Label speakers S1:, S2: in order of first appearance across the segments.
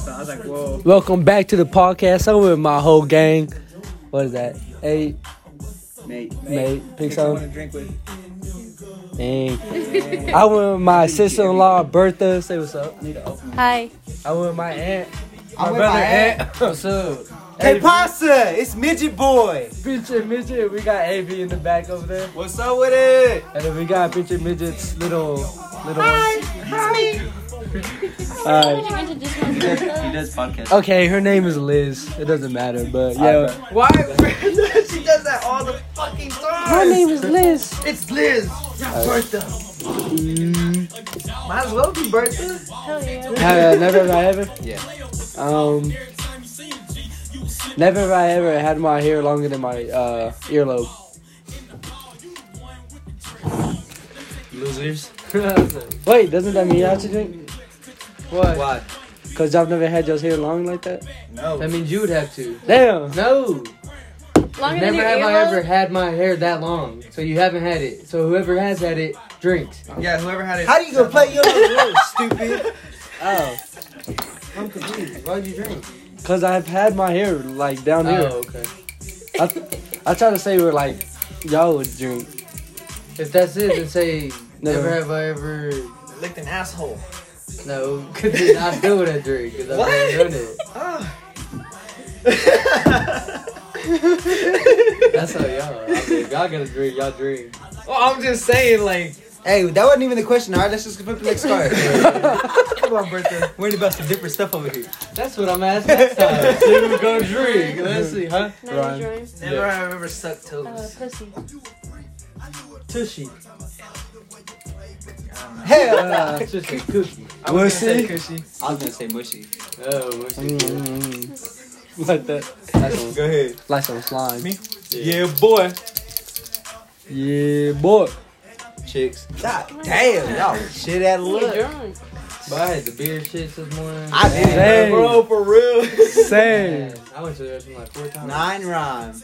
S1: I was like, whoa.
S2: Welcome back to the podcast. I'm with my whole gang. What is that? Eight,
S1: Mate,
S2: Mate, pick
S1: pick
S2: someone.
S1: someone to drink with.
S2: dang. I went with my sister-in-law Bertha. Say what's up.
S1: I need to open
S3: Hi.
S2: I went with my aunt.
S4: I'm with
S2: brother
S4: my aunt.
S2: What's up?
S4: Hey, Pasta, it's Midget Boy.
S2: Midget, midget. We got AB in the back over there,
S4: What's up with it?
S2: and then we got midget, midget's little, little. Hi, hi. All right.
S1: He does podcast.
S2: Okay, her name is Liz. It doesn't matter, but yeah.
S4: Why? she does that all the fucking time.
S2: My name is Liz.
S4: It's Liz. Not Bertha. Might as well be Bertha.
S2: Have, never have I ever.
S4: Yeah.
S2: Um. Never have I ever had my hair longer than my uh, earlobe.
S4: Losers.
S2: Wait, doesn't that mean you have to drink?
S5: What?
S4: Why?
S2: Cause y'all never had your hair long like that.
S4: No.
S5: That means you would have to.
S2: Damn.
S5: No.
S3: Longer than
S5: Never
S3: your
S5: have I
S3: earlobe?
S5: ever had my hair that long. So you haven't had it. So whoever has had it drinks.
S1: Yeah, whoever had it.
S4: How do you gonna play your little stupid?
S2: Oh.
S5: I'm confused. Why'd you drink?
S2: Cause I've had my hair like down here.
S5: Oh, okay.
S2: I, I try to say we're like, y'all would drink.
S5: If that's it, then say
S2: No.
S5: never have I ever.
S4: Licked an asshole.
S5: No, because I still would have drink. Cause
S4: What?
S5: I've never done
S1: Ah.
S4: Oh.
S5: it. That's how y'all. are. I mean, y'all gotta drink. Y'all drink.
S4: well, I'm just saying, like. Hey, that wasn't even the question. All right, let's just flip the next card. Come on, Bertha. We're about some different stuff over here.
S5: That's what I'm asking. Next time. See who gonna drink. Let's see, huh?
S3: No,
S2: Ryan.
S3: Jordan.
S4: Never have I ever sucked
S3: Uh,
S4: toes.
S3: pussy.
S5: Tushy.
S4: Hell.
S5: Uh, tushy. Cookie.
S4: I was gonna
S2: Mushy.
S4: say cushy. I was gonna say mushy.
S5: Oh, what's it?
S2: Mm-mm. Mm-hmm. like that. Like some,
S4: Go ahead.
S2: like some slime.
S4: Me? boy.
S2: Yeah, boy.
S4: Chicks. God damn, y'all was shit at
S3: You're
S4: look.
S3: drunk.
S5: But I had the beer shit this morning.
S4: I did
S2: Dang.
S4: it, bro, for real.
S2: Same.
S5: Man, I went to the restroom like four times.
S4: Nine rhyme.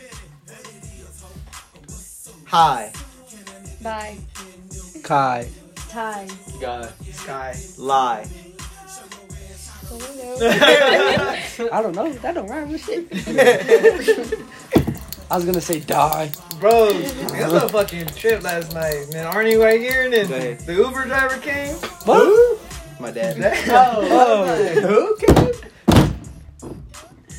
S4: High.
S3: Bye.
S2: Kai.
S3: Tie.
S5: God.
S1: Sky.
S4: Lie.
S3: The window.
S4: High.
S2: I don't know. That don't rhyme with shit. I was gonna say die.
S1: Bro, it was a fucking trip last night, man. Arnie right here, and
S4: Go
S1: then
S4: ahead.
S1: the Uber driver came.
S2: What?
S4: My dad.
S1: That,
S4: Oh, okay.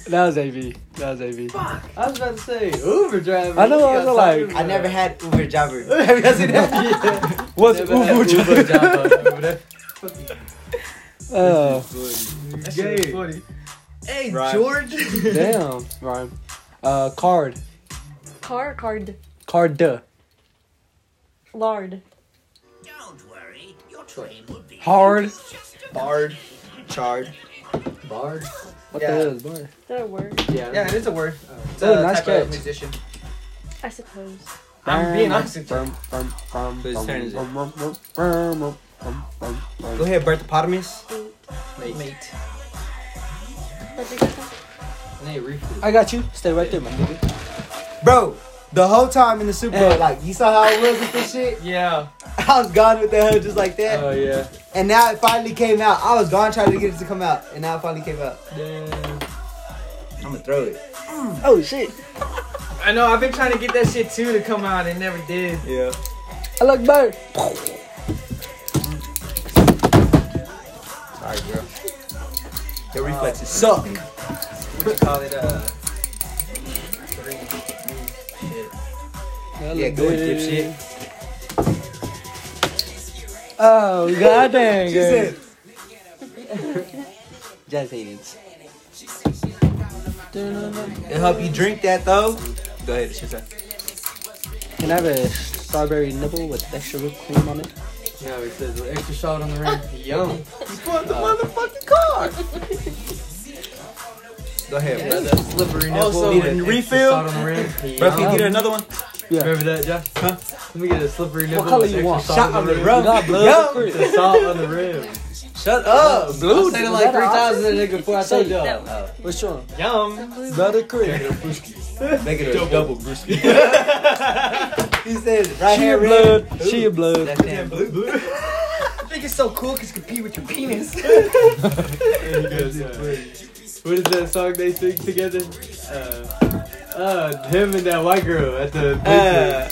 S2: That was AB. That was AB.
S5: I was about to say Uber driver.
S2: I know, I was like-
S4: I never had Uber driver. Have you guys seen that?
S2: What's Uber
S5: Uber
S2: driver?
S5: driver.
S2: Oh,
S1: that shit
S5: Gay.
S1: was funny. Hey,
S4: Right.
S1: George.
S2: damn. Rhyme. Uh, card.
S3: Car. Card.
S2: Card. Duh.
S3: Lard.
S2: Hard.
S4: Barred. Charred.
S5: Bard.
S2: What
S1: Yeah.
S2: the hell is bar?
S3: Is that a word?
S5: Yeah.
S1: yeah, it is a word. It's
S2: Oh,
S1: a
S2: nice
S1: type of
S2: catch.
S1: musician.
S3: I suppose.
S1: I'm being honest with you.
S4: Whose turn is it? Go
S2: Go
S4: ahead, Berthopotamus.
S3: Eight.
S4: Mate.
S3: But you got some-
S5: Nate Reefer.
S2: I got you. Stay right there, my nigga.
S4: Bro, the whole time in the Super Bowl, like, you saw how I was with this shit?
S1: Yeah.
S4: I was gone with the hell just like that.
S5: Oh yeah.
S4: And now it finally came out. I was gone trying to get it to come out, and now it finally came out.
S5: Damn.
S4: I'm gonna throw it.
S2: Oh shit!
S1: I know, I've been trying to get that shit too to come out. It never did.
S4: Yeah.
S2: I look bird.
S4: Sorry, bro. Your reflexes suck.
S1: We call it uh, three.
S4: Yeah, go ahead, dipshit.
S2: Oh god dang!
S4: She said,
S2: Jazz hands. Can
S4: it'll help you drink that though. Go ahead, it's your turn.
S2: I have a strawberry nibble with extra whipped cream on it?
S5: No, he says with extra salt on the rim. Yum.
S4: What the motherfucking car? Go ahead, brother.
S5: Slippery nipple.
S4: Also,
S5: with
S4: an
S5: extra
S4: refill?
S5: Salt on the rim.
S4: Bro,
S5: Yum.
S4: can you get her another one?
S5: Remember that, Jeff?
S4: Huh?
S5: Let me get a slippery nipple.
S2: color
S5: with
S2: you
S5: extra
S2: want?
S5: Salt
S4: Shot
S5: on the rim.
S4: bro.
S2: Got blood.
S4: Yo,
S5: Extra salt on the rim.
S4: shut up.
S5: Blue. I said it like
S2: that
S5: three
S2: an
S5: times to that nigga before I
S2: Say
S5: told y'all.
S3: that
S2: Which one?
S1: Yum.
S2: Butter cream.
S4: Make it a double brisket. he said, right
S2: She a
S4: hand
S2: blood.
S4: red.
S2: She a blood.
S4: Left hand blue. think it's so cool because you compete with your penis.
S5: There you go, son. What is that song they sing together? Uh, uh, him and that white girl at the.
S4: Uh,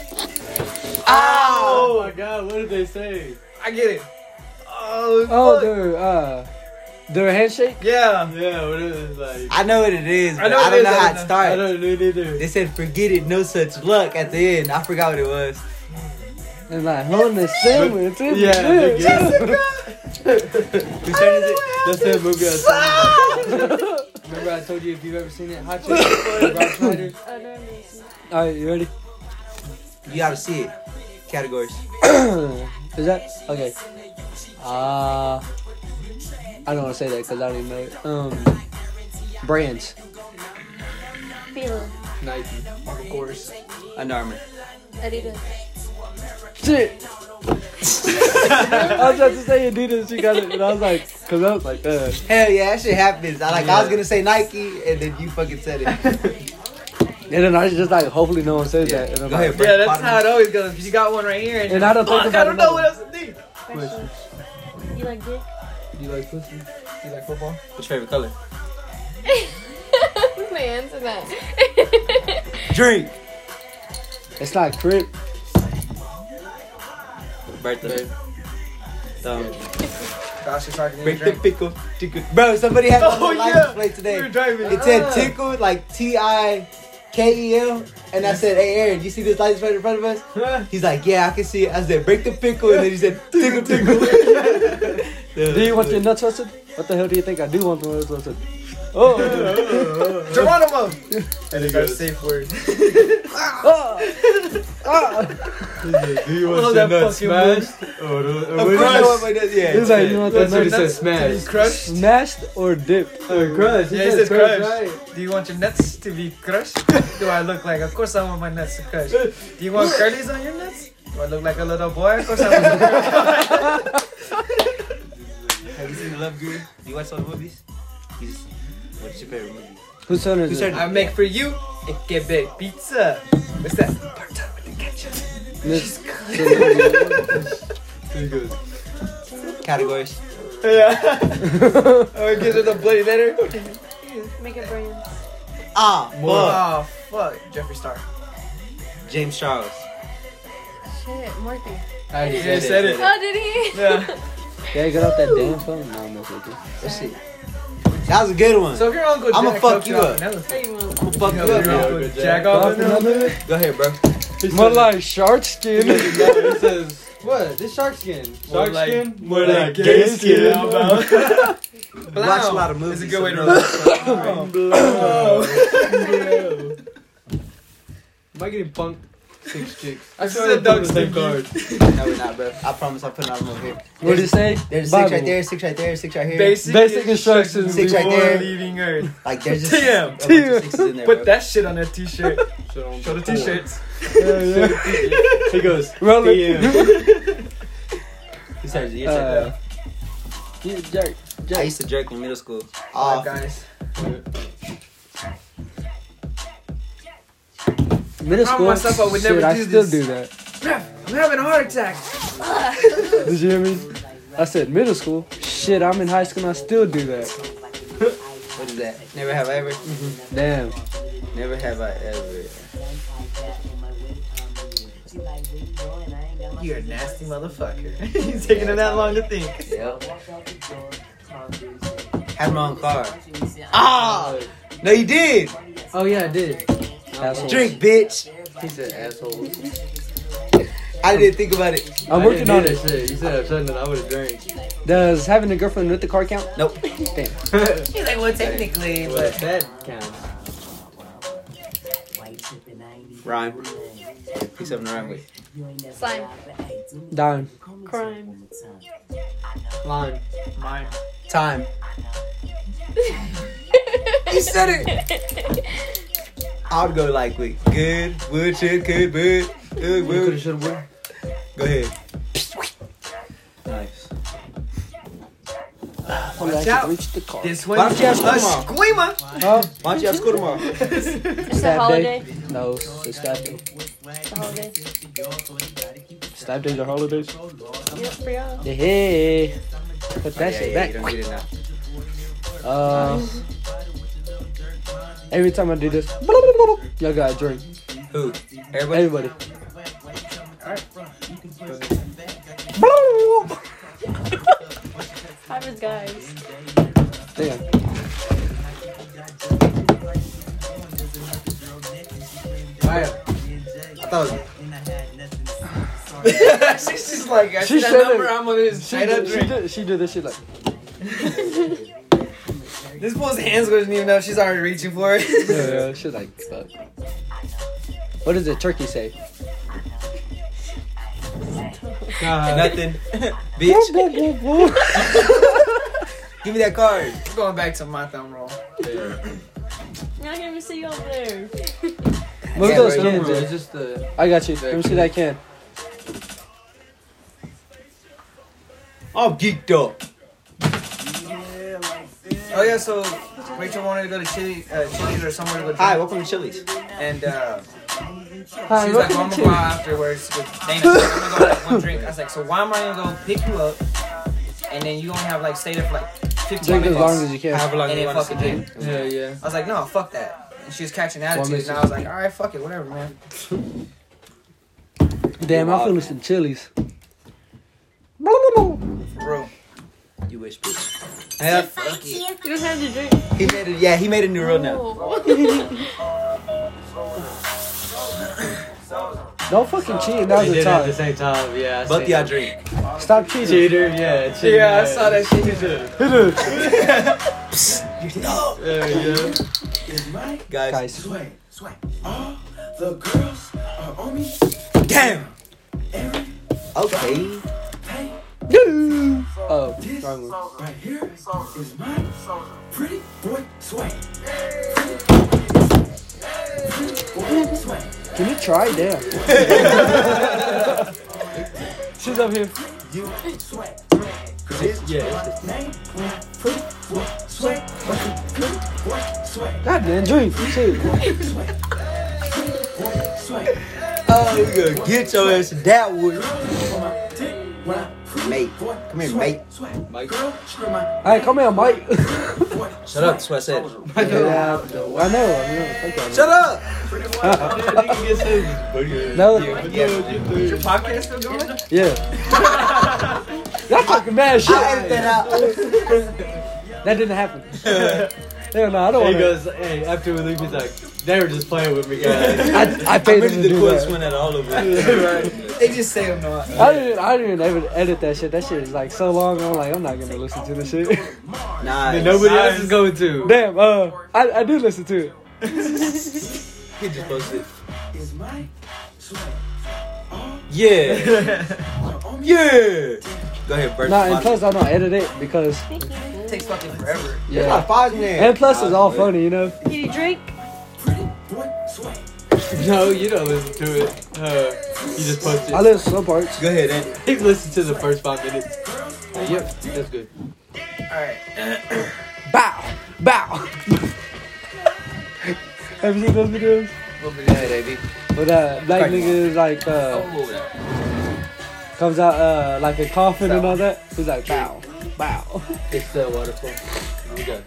S5: oh my god, what did they say?
S1: I get it. Oh,
S2: Oh,
S1: fuck.
S2: their uh, their handshake.
S1: yeah.
S5: Yeah, what is it like?
S4: I know what it is, but I,
S1: I know what
S4: don't
S1: it
S4: know
S1: is,
S4: how
S1: I
S4: it
S1: know.
S5: I
S4: started.
S5: don't know neither.
S4: They said, forget it, no such luck at the end. I forgot what it was.
S2: And like holding the sandwich. It's
S5: Yeah,
S2: good.
S5: Jessica!
S4: Whose turn is it?
S5: That's that movie I saw.
S2: Remember I told you if you've ever seen it, Hot Chicks, Rob Schneider.
S3: I don't know.
S2: All right, you ready?
S4: You gotta see it. Categories.
S2: Is that okay? Uh, I don't want to say that because I don't even know it. Um, brands.
S3: Fila.
S5: Nike.
S1: Of course.
S4: Under Armour.
S3: Adidas.
S2: Shit. I was about to say Adidas. She got it, and I was like, because I was like, uh,
S4: Hell yeah, that shit happens. I like. I was
S5: Yeah.
S4: gonna say Nike, and then you fucking said it.
S2: and then I was just like, hopefully no one says that. And I'm
S4: Go ahead,
S2: like,
S4: bro.
S1: Yeah, that's how it always goes. 'cause You got one right here, and,
S2: And I don't think
S1: fuck,
S2: about
S1: I don't know
S2: another.
S1: what else to do.
S3: Question. You like dick?
S2: Do you like pussy?
S1: You like football?
S4: What's your favorite color?
S3: My answer that.
S4: Drink.
S2: It's like crip.
S4: Birthday. Thumb.
S1: That's just like
S4: Break the pickle. Tickle. Bro, somebody had
S1: Oh,
S4: oh, license
S1: yeah.
S4: plate
S1: We
S4: today.
S1: were driving.
S4: It said tickle, like T I K E L. And I said, hey, Aaron, you see this license plate in front of us? He's like, yeah, I can see it. I said, break the pickle. And then he said, tickle, tickle.
S2: Do you want your nuts roasted? What the hell do you think I do want my nuts roasted? Oh,
S1: Geronimo.
S5: And it
S1: Our
S5: goes,
S1: safe word.
S2: oh, oh.
S5: do you
S1: Love
S5: want your
S1: that
S5: nuts
S1: fucking movie.
S5: smashed? Oh, Or, or, or
S4: Of course, I want my nuts. Yeah.
S2: He's like, you want
S5: That's
S2: that
S5: what he
S2: nuts
S5: said,
S1: To be
S5: smashed.
S1: crushed.
S2: smashed or dipped?
S5: Or crushed.
S1: Yeah, he says crushed.
S5: right.
S1: Do you want your nuts to be crushed? Do I look like? Of course, I want my nuts to crush. Do you want curlies on your nuts? Do I look like a little boy? Of course, I want. a girl.
S4: Have you seen The Love Guru? Do you watch all the movies? He's, what's your favorite movie?
S2: Whose turn is
S4: Whose
S2: it?
S4: turn?
S1: I make for you a Quebec pizza. What's that? Tartare with the ketchup.
S2: Miss-
S5: There he goes.
S4: Categories.
S1: Yeah. or give it a bloody letter.
S3: Make a brand.
S4: Ah, fuck.
S1: Oh fuck, Jeffree Star.
S4: James Charles.
S3: Shit, Morphe.
S5: I already
S1: You said it.
S3: Oh, did he?
S1: Yeah.
S2: Yeah, get off that damn phone. No, I'm not joking.
S4: That's it. That was a good one.
S1: So if your uncle
S4: I'ma
S1: Jack
S4: fuck
S1: hooked
S4: you
S1: up
S4: up.
S1: an elephant,
S3: Hey, Mom.
S4: Who fucked
S1: you
S4: you
S1: know,
S4: up,
S1: your
S5: Yeah.
S4: man?
S1: uncle
S5: good
S1: Jack
S5: Jack.
S1: off an elephant.
S4: Go ahead, bro.
S5: He
S2: More
S5: said-
S2: like shark skin.
S5: Yeah, he says, what? This shark skin.
S1: More
S5: Shark
S1: like-
S5: skin? More like gay skin.
S1: Yeah, bro.
S4: Watch a lot of
S1: Blow. It's a
S4: movies.
S1: good way to
S4: so-
S1: relax.
S5: Blow. Blow. Am I getting punked? Six chicks.
S1: This
S5: swear
S1: is a
S5: I'm pulling
S1: dog
S5: the same
S1: skin.
S5: card.
S4: No, we're not, bro. I promise I'll put another one here.
S2: What did it say?
S4: There's a
S2: Bible.
S4: six right there, six right there, six right here.
S1: Basic,
S2: Basic instructions
S4: Six right
S1: before
S4: there.
S1: leaving Earth.
S4: Like there's just
S1: Damn,
S4: a bunch of sixes in there.
S1: Put
S4: bro.
S1: that shit on that t-shirt.
S5: So
S1: Show the t-shirts.
S5: Yeah, yeah. he goes,
S2: Roll it.
S5: "DM."
S4: Who started it? You started
S2: Uh, yeah, jerk.
S1: Uh,
S4: it. I used to jerk in middle school.
S1: Oh,
S4: Off.
S1: guys.
S2: Middle
S1: I
S2: school.
S1: myself, I would
S2: shit,
S1: never
S2: I
S1: do
S2: still
S1: this.
S2: do that.
S1: I'm having a heart attack.
S2: Did you hear me? I said middle school. Shit, I'm in high school and I still do that.
S4: What is that? Never have I ever.
S2: Damn.
S4: Never have I ever.
S1: You're a nasty motherfucker. He's taking that long to think.
S4: Had my own car. Ah! No, you did.
S2: Oh yeah, I did. Asshole.
S4: Drink, bitch.
S5: He said, asshole.
S4: I didn't think about it.
S2: I'm working on it.
S5: shit. You said upset that I would have drank.
S2: Does having a girlfriend with the car count?
S4: Nope.
S2: Damn.
S1: He's like, well, technically,
S5: But that counts.
S4: Rhyme. Pick something to rhyme with.
S3: Slime.
S2: Dime.
S3: Crime.
S5: Line.
S1: mine.
S4: Time.
S3: he said it.
S4: I would go like with good, would, should, could, would, good, would.
S5: should have
S4: Go ahead. Nice.
S2: Watch
S1: out.
S2: Reach the car. Oh,
S1: This
S4: Why
S1: one,
S4: don't you ask
S1: a
S4: Omar?
S1: squeamer.
S2: Huh?
S4: Why don't you have school tomorrow?
S3: It's
S2: Saturday.
S3: a holiday.
S2: No, it's Saturday.
S3: It's a holiday.
S2: Slap days are holidays.
S3: Yep, for y'all.
S2: Hey, put that
S1: Oh, yeah,
S2: shit
S1: yeah,
S2: back.
S1: You don't get it now.
S2: Uh, every time I do this, y'all got a drink.
S1: Who? Everybody?
S2: Everybody.
S3: Five is guys.
S2: Damn.
S4: Alright. I thought it
S1: She's just like, I
S2: She
S1: see that
S2: said
S1: number,
S2: it.
S1: I'm gonna just
S2: She
S1: straight up
S2: did, she,
S1: drink.
S2: did, she did this shit like,
S1: This fool's hands doesn't even know she's already reaching for it.
S2: yeah, yeah, shit like, fuck. What does the turkey say?
S1: Nothing. Bitch,
S4: Give me that card.
S1: going back to my thumb roll.
S3: Now I can even see you over there.
S2: Move
S1: Yeah,
S2: those
S1: right.
S2: cans.
S5: It's
S2: in.
S5: just the
S2: I got you. Let me see that can.
S4: I'm geeked up.
S1: Oh yeah, so Rachel wanted to go to Chili, uh, Chili's or somewhere to go drink.
S4: Hi, welcome to Chili's.
S1: And uh,
S2: Hi,
S1: she's like, well, I'm gonna go out afterwards with Dana. So I'm gonna go have one drink. I was like, so why am I gonna go pick you up? And then you only have like stay there for like 15
S2: Drink as
S1: minutes.
S2: long as you can.
S4: However long
S1: and
S4: you
S1: then
S4: want us to
S1: fucking
S4: drink.
S1: drink.
S5: yeah yeah.
S1: I was like, no, fuck that. And she was catching
S2: minute.
S1: attitudes, and I was like, all right, fuck it, whatever, man.
S2: Damn, I'm feeling some chilies.
S1: For real.
S4: You wish, bitch. Yeah, fuck it.
S3: You don't have to drink. Oh.
S4: He made it. Yeah, he made a new rule now.
S2: Don't fucking cheat. That was
S5: They
S2: a
S5: did it at the
S2: time.
S5: same time. Yeah. I
S4: Both
S5: seen
S4: y'all
S5: it.
S4: drink.
S2: Stop cheating.
S5: Cheater. Yeah. Cheater,
S1: Yeah, I saw that shit.
S5: Cheater. There we go.
S4: Guys.
S2: Guys,
S6: Sway, sway. All the girls are on me.
S4: Damn. Okay.
S2: oh, wrong one.
S6: Right here is my pretty boy sway. Pretty boy sway.
S2: Can you try? Damn. She's up here.
S6: You sway.
S5: Yeah.
S6: Name pretty boy sway. Pretty boy sway.
S2: God damn, drink. Shit.
S6: Sway.
S4: Oh, you gonna get your ass that one.
S6: On my dick when I pretty
S4: Mate.
S6: boy
S4: Come here,
S6: sway,
S4: mate.
S6: Sway.
S5: Mike.
S6: Girl, screw my
S2: Hey, come here, Mike.
S6: boy.
S4: Shut up. That's what I said.
S2: I know. I know. I know. Fuck
S4: Shut up.
S2: No.
S5: Yeah.
S1: Podcast still going?
S2: y'all. Yeah. Y'all talking mad shit.
S4: I edit that out.
S2: That didn't happen. Hell no, I don't
S5: He
S2: want to.
S5: goes, hey, after we leave, he's like, they were just playing with me, guys.
S2: I, I
S4: I'm
S2: paid him
S4: really
S2: to
S4: the
S2: do
S4: coolest
S2: that.
S4: one out of all of them.
S5: right.
S1: They just say I'm not.
S2: I didn't, I didn't even edit that shit. That shit is like so long. I'm like, I'm not gonna listen to this shit.
S4: Nice.
S5: And nobody else is going to.
S2: Damn, uh, I, I do listen to it.
S4: He just posted.
S6: Is my sway.
S4: Yeah. yeah. Go ahead, Bert.
S2: Nah, and plus I don't edit it because
S3: Thank you.
S1: It takes fucking forever.
S2: yeah.
S4: five names.
S2: And plus it's all funny, you know.
S3: Can you drink?
S6: Pretty boy sway.
S5: No, you don't listen to it. Uh, you just post
S2: I
S5: it.
S2: listen to some parts.
S4: Go ahead, and
S5: He listened to the first five minutes. Uh, yep, that's good.
S1: All right.
S2: Bow, bow. Have you seen those videos?
S1: We'll be there, baby.
S2: Where that black nigga is like uh
S1: Oh,
S2: comes out uh like a coffin and all that. He's like bow, bow.
S5: It's the waterfall. We got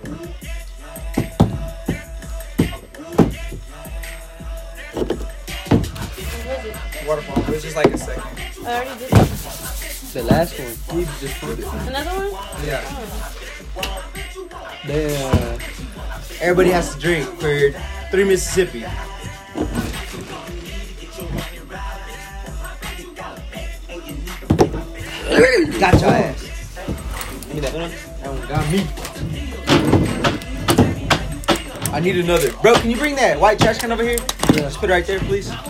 S1: waterfall. It was just like a second.
S3: I already did it.
S2: The last one.
S5: He just did it.
S3: Another one?
S1: Yeah.
S2: Damn.
S4: everybody has to drink for three Mississippi. Got your ass. Give me that. eh. That one got me. I need another. Bro, can you bring that white trash can over here?
S2: Yeah.
S4: Just put it right there, please.
S5: Yeah,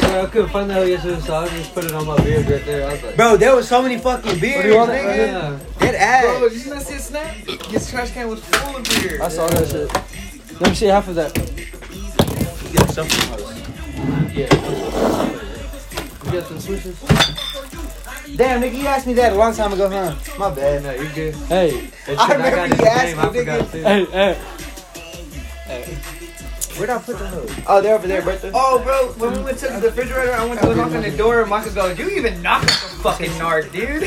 S5: bro, I couldn't find that yesterday, so I just put it on my beard right there. I was like,
S4: Bro, there was so many fucking beers,
S2: want,
S4: nigga.
S5: yeah.
S1: Bro,
S4: Get
S1: did
S4: ass.
S1: you not see a snack? His trash can was full of beer.
S2: I saw that shit. Let me see half of that.
S4: Yeah, something.
S5: You got some switches?
S4: Damn, nigga, you asked me that a long time ago, huh? My bad.
S5: No, you're good.
S2: Hey,
S5: It's 'cause
S4: I remember
S5: got his
S4: you
S5: name,
S4: asked me,
S5: I forgot
S4: nigga.
S5: too.
S2: hey, hey.
S4: Where'd I put the hood? Oh, they're over there, Bertha.
S1: Oh, bro, when we went to the refrigerator, I went to knock on the door, and Michael goes, "You even knock at the fucking nard, dude."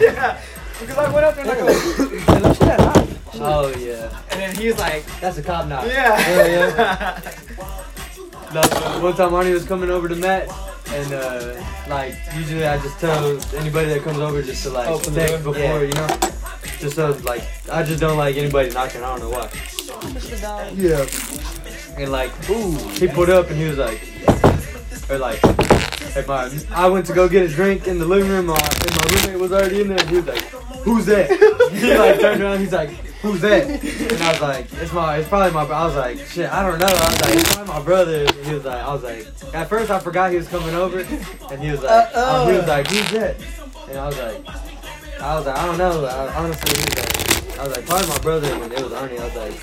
S1: yeah, because I went up there and I go,
S5: Oh yeah.
S1: and then he's like,
S4: That's a cop knock.
S1: "Yeah."
S5: Yeah, That's what- one time Arnie was coming over to Matt, and uh, like usually I just tell anybody that comes over just to like
S4: Open the
S5: check
S4: door.
S5: before,
S4: Yeah.
S5: you know. Just so like I just don't like anybody knocking. I don't know why.
S3: Push the dog.
S5: Yeah. And like, ooh, he pulled up and he was like, or like, hey, my, I went to go get a drink in the living room, uh, and my roommate was already in there. And he was like, who's that? he like turned around, he's like, who's that? And I was like, it's my, it's probably my. bro-" I was like, shit, I don't know. I was like, it's probably my brother. And he was like, I was like, at first I forgot he was coming over, and he was like,
S4: Uh-oh.
S5: he was like, who's that? And I was like, I was like, I don't know. I, honestly, he was like, I was like, probably my brother. When it was Arnie, I was like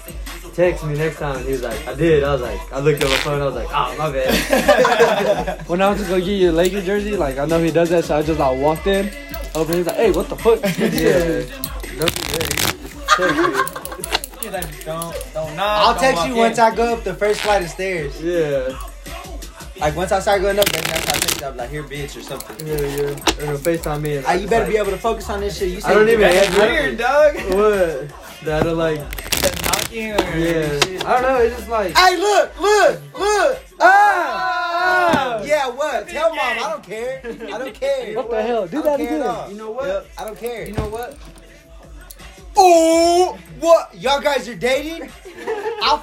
S5: text me next time. And he was like, I did. I was like, I looked at my phone. I was like, oh, my bad.
S2: When I was just gonna get you a Laker jersey, like I know he does that, so I just like walked in, opened. it, He's like, "Hey, what the fuck?"
S5: No,
S1: He's like, "Don't, don't knock."
S4: I'll
S1: don't
S4: text
S1: walk
S4: you
S1: in."
S4: once I go up the first flight of stairs.
S5: yeah.
S4: Like once I start going up, then that's how I text you. I'm like, here, bitch, or something.
S5: Yeah, yeah. They're gonna FaceTime me. And
S4: Ah, you better be
S5: up.
S4: able to focus on this shit. You
S5: I don't
S4: said-
S5: even
S1: That's
S5: answer.
S1: weird, dog.
S5: What? That are like,
S1: Knocking or
S5: yeah.
S1: shit.
S5: I don't know. It's just like,
S4: Hey, look, look, look. Ah! Yeah, what? Tell mom. I don't care. I don't care.
S2: What the hell? Do
S4: I don't
S2: that
S4: care at all.
S2: again.
S5: you know what?
S4: Yep, I don't care.
S5: You know what?
S4: Oh, what? Y'all guys are dating? I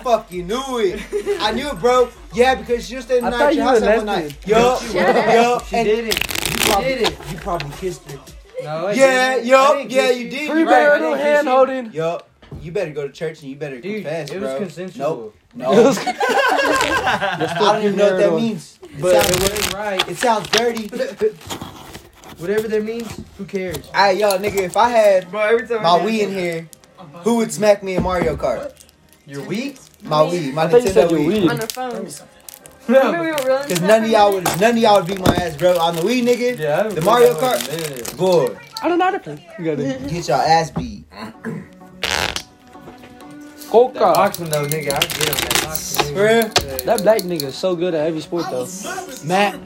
S4: fucking knew it. I knew it, bro. Yeah, because you stayed the
S2: I
S4: night
S2: thought
S4: at your
S2: you were
S4: house that one night.
S2: lesbian.
S4: Yup,
S3: up.
S4: yup.
S5: She
S4: And you
S5: did it.
S4: probably,
S5: did it.
S4: you probably kissed her.
S5: No, I
S4: Yeah,
S5: didn't. I
S4: yup,
S5: didn't
S4: yeah,
S5: kiss
S4: you did.
S2: Three
S4: You
S5: I
S4: right.
S2: barrel
S5: didn't kiss
S2: hand
S5: you.
S2: holding.
S4: Yup. You better go to church and you better
S5: Dude,
S4: confess,
S5: it was
S4: bro.
S5: consensual.
S4: Nope. No, I don't even know what that means. It
S5: But it
S4: sounds,
S5: wasn't right.
S4: it sounds dirty.
S5: Whatever that means, who cares?
S4: All right, y'all, nigga. If I had
S1: Bro, every time
S4: my
S1: I-
S4: Wii in here, who would smack me in Mario Kart?
S5: You're weak?
S4: My Wii, my
S2: I thought you
S4: Nintendo
S2: said you
S4: Wii.
S2: weed.
S3: On the phones. Remember
S5: yeah.
S3: we were rolling
S4: Cause
S3: stuff
S4: none of
S3: in
S4: y'all
S3: there?
S4: would, none of y'all would beat my ass, bro. On the weed, nigga.
S5: I haven't
S4: The
S5: played
S4: Mario
S5: that one in
S4: Kart?
S5: a minute.
S4: Boy,
S2: I don't know how to play. You got it.
S4: get your ass beat.
S5: That
S2: Coca.
S5: boxing though, nigga, I get on that boxing.
S4: For real?
S2: That black nigga is so good at every sport though.
S4: Matt.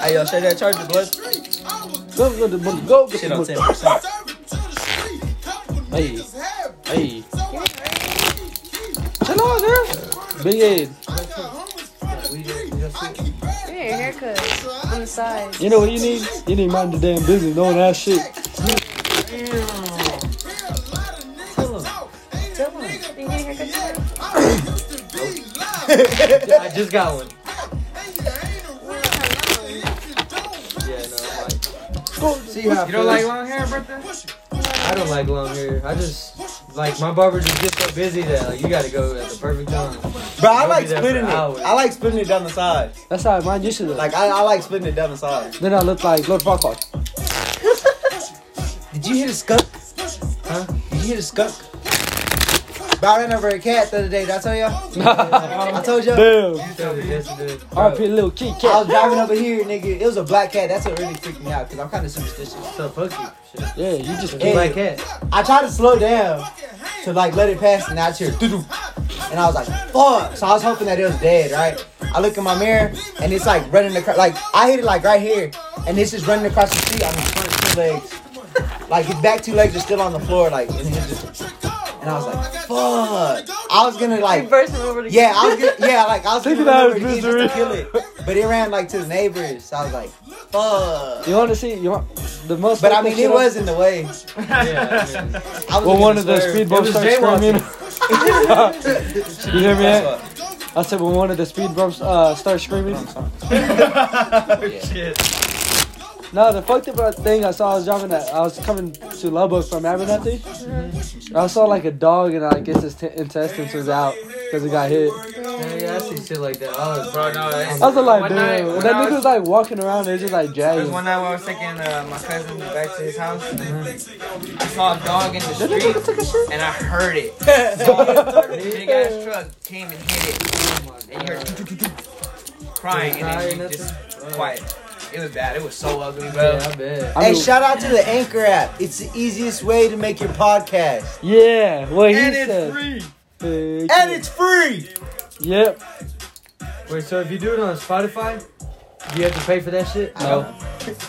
S4: Hey, yo, share that charger, boys.
S2: Go, go, go, go get
S4: Shit on
S2: the
S4: 10%.
S2: Hey, hey. Chill out, girl. Big head.
S3: Give me your haircut on the side.
S2: You know what you need? You need mind your damn business, knowing that shit.
S3: Did you get your haircut tomorrow?
S5: I just got one. Yeah, no, I'm like,
S4: See how
S1: You don't like long hair, brother?
S5: I don't like long hair. I just like my barber just gets so busy that like you gotta go at the perfect time.
S4: Bro, I
S5: We'll
S4: like
S5: be there
S4: splitting it.
S5: for hours.
S4: I like splitting it down the side.
S2: That's how mine used to look.
S4: Like I, I like splitting it down the side.
S2: Then I look like Lord Farquaad.
S4: Did you hit a skunk? Huh? Did you hit a skunk? Bro, I ran over a cat the other day. Did I tell y'all? I told y'all.
S2: Damn.
S5: You tell me this and this.
S2: RP little Kit
S4: I
S2: Kat.
S4: was driving over here, nigga. It was a black cat. That's what really freaked me out because I'm kind of superstitious.
S5: So fuck you. Shit.
S2: Yeah, you just
S5: You
S4: Hey.
S5: like cat.
S4: I tried to slow down to like let it pass, and now it's here. Doo-doo. And I was like, fuck. So I was hoping that it was dead, right? I look in my mirror, and it's like running across. Like I hit it like right here, and this is running across the street on his front two legs. Like his back two legs are still on the floor, like. And, he's just, and I was like, fuck. I was gonna like.
S3: Reverse it over to
S4: Yeah, I was gonna, yeah, like I was
S2: Take
S4: gonna
S2: it out of
S4: run over
S2: his
S4: again just to kill
S2: misery.
S4: it, but it ran like to the neighbors. So I was like, fuck.
S2: You want to see? You want the most?
S4: But I
S2: fucked
S4: mean,
S2: up
S4: it
S2: shit
S4: was in the way.
S5: Yeah, I mean,
S4: I was
S2: Well,
S4: looking
S2: one
S4: to
S2: of the
S4: swerve.
S5: It
S2: speedboats
S5: was
S2: started
S5: jaywalking.
S2: screaming. you hear me? eh?
S4: That's
S2: Ant?
S4: what-
S2: I said when one of the speedboats uh, started screaming.
S1: Oh, Shit.
S2: No, the fucked up thing I saw I was driving that I was coming to Lubbock from Abernathy.
S4: Mm-hmm.
S2: I saw like a dog and I guess his t- intestines was out because it got hit.
S5: yeah, I see shit like that. I was
S1: Bro, no,
S2: I was like,
S1: One
S2: damn.
S1: night-
S2: when
S1: when
S2: that
S1: I
S2: nigga
S1: was-
S2: was like walking around, it was just like
S1: There was
S5: Oh.
S2: dragging.
S1: one night when I was taking uh, my cousin back to his house. I saw a dog in the
S2: That nigga
S1: street,
S2: took a shit.
S1: and I heard it. Big ass truck came and hit it, and you heard crying, and then you just quiet.
S4: It was bad. It was so ugly, bro.
S5: Yeah, I bet.
S2: I
S4: Hey,
S2: mean-
S4: shout out to the Anchor app. It's the easiest way to make your podcast.
S2: Yeah, what he
S4: And
S2: said.
S4: it's free.
S2: Heck
S4: And
S2: yeah.
S4: it's free.
S2: Yep.
S5: Wait, so if you do it on Spotify, do you have to pay for that shit?
S2: No.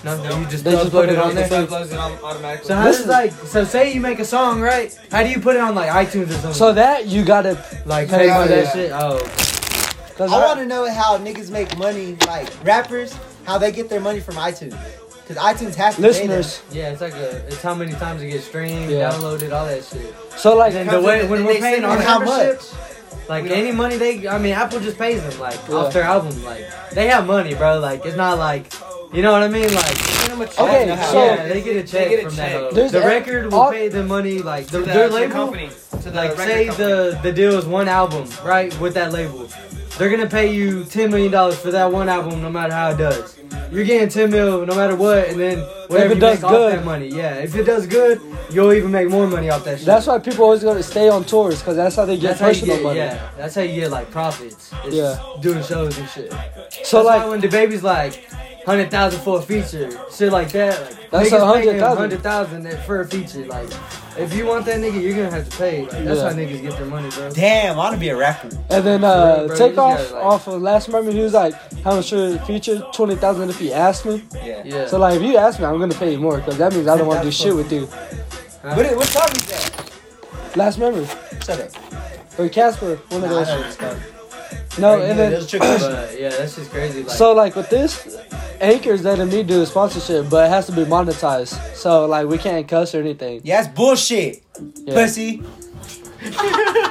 S5: No, you just
S2: They
S5: upload
S2: just put
S5: it on
S2: the
S5: there.
S2: same-
S4: it automatically.
S5: So how does
S2: Listen.
S5: like so say you make a song right? How do you put it on like iTunes or something?
S2: So that you gotta
S5: like
S2: Yeah,
S5: pay for
S4: yeah.
S5: that shit. Oh,
S2: Cause
S4: I
S2: I-
S4: want to know how niggas make money, like rappers, how they get their money from iTunes. Because iTunes has to
S2: listeners.
S5: yeah, it's like a it's how many times it gets streamed,
S2: Yeah.
S5: downloaded, all that shit.
S2: So like,
S5: And the way when
S4: they
S5: we're
S4: send
S5: paying
S4: you
S5: our
S4: how
S5: membership, like any money they, I mean Apple just pays them like
S2: Yeah.
S5: off their album. Like they have money, bro. Like it's not like you know what I mean. Like
S2: Okay,
S4: That's
S2: so-
S5: yeah, they get a check
S1: get a
S5: from
S1: check.
S5: that.
S2: There's
S5: the
S2: a-
S5: record will
S2: all-
S5: pay the money. Like the,
S1: To the-
S5: their
S1: to the
S5: label.
S1: company, to the
S5: like
S1: Uh, record
S5: say
S1: company.
S5: the the deal is one album right with that label they're gonna pay you 10 million dollars for that one album no matter how it does you're getting 10 mil no matter what and then whatever
S2: it
S5: you
S2: does
S5: make
S2: good.
S5: off that money yeah if it does good you'll even make more money off that shit
S2: That's why people always gonna stay on tours because that's how they get
S5: That's how you
S2: personal
S5: get,
S2: money.
S5: yeah. That's how you get like profits. It's
S2: Yeah.
S5: doing shows and shit.
S2: So
S5: that's why
S2: like,
S5: when the baby's like hundred thousand for a feature, shit like that. Like,
S2: That's a
S5: hundred thousand for a feature. Like, if you want that nigga, you're gonna have to pay. Like, that's
S2: Yeah.
S5: how niggas get their money, bro.
S4: Damn, I want to be a rapper.
S2: and then
S5: Bro,
S2: uh,
S5: bro,
S2: take
S5: you
S2: off
S5: gotta, like-
S2: off of Last Mermaid. He was like, "How much your future? Twenty thousand if you ask me."
S4: Yeah.
S5: Yeah.
S2: So like, if you ask me, I'm gonna pay you more because that means I don't want to do shit with you.
S4: What, what song is that?
S2: Last Mermaid
S4: Shut up.
S2: or Casper, one
S4: Nah,
S2: of
S4: I know
S2: those.
S4: this song.
S2: No,
S4: Yeah,
S2: and then
S4: those trick questions.
S5: But yeah, that's just crazy. Like,
S2: So like with this, Anchor's letting me do the sponsorship, but it has to be monetized. So like we can't cuss or anything.
S4: Yeah, that's bullshit,
S2: Yeah.
S4: pussy.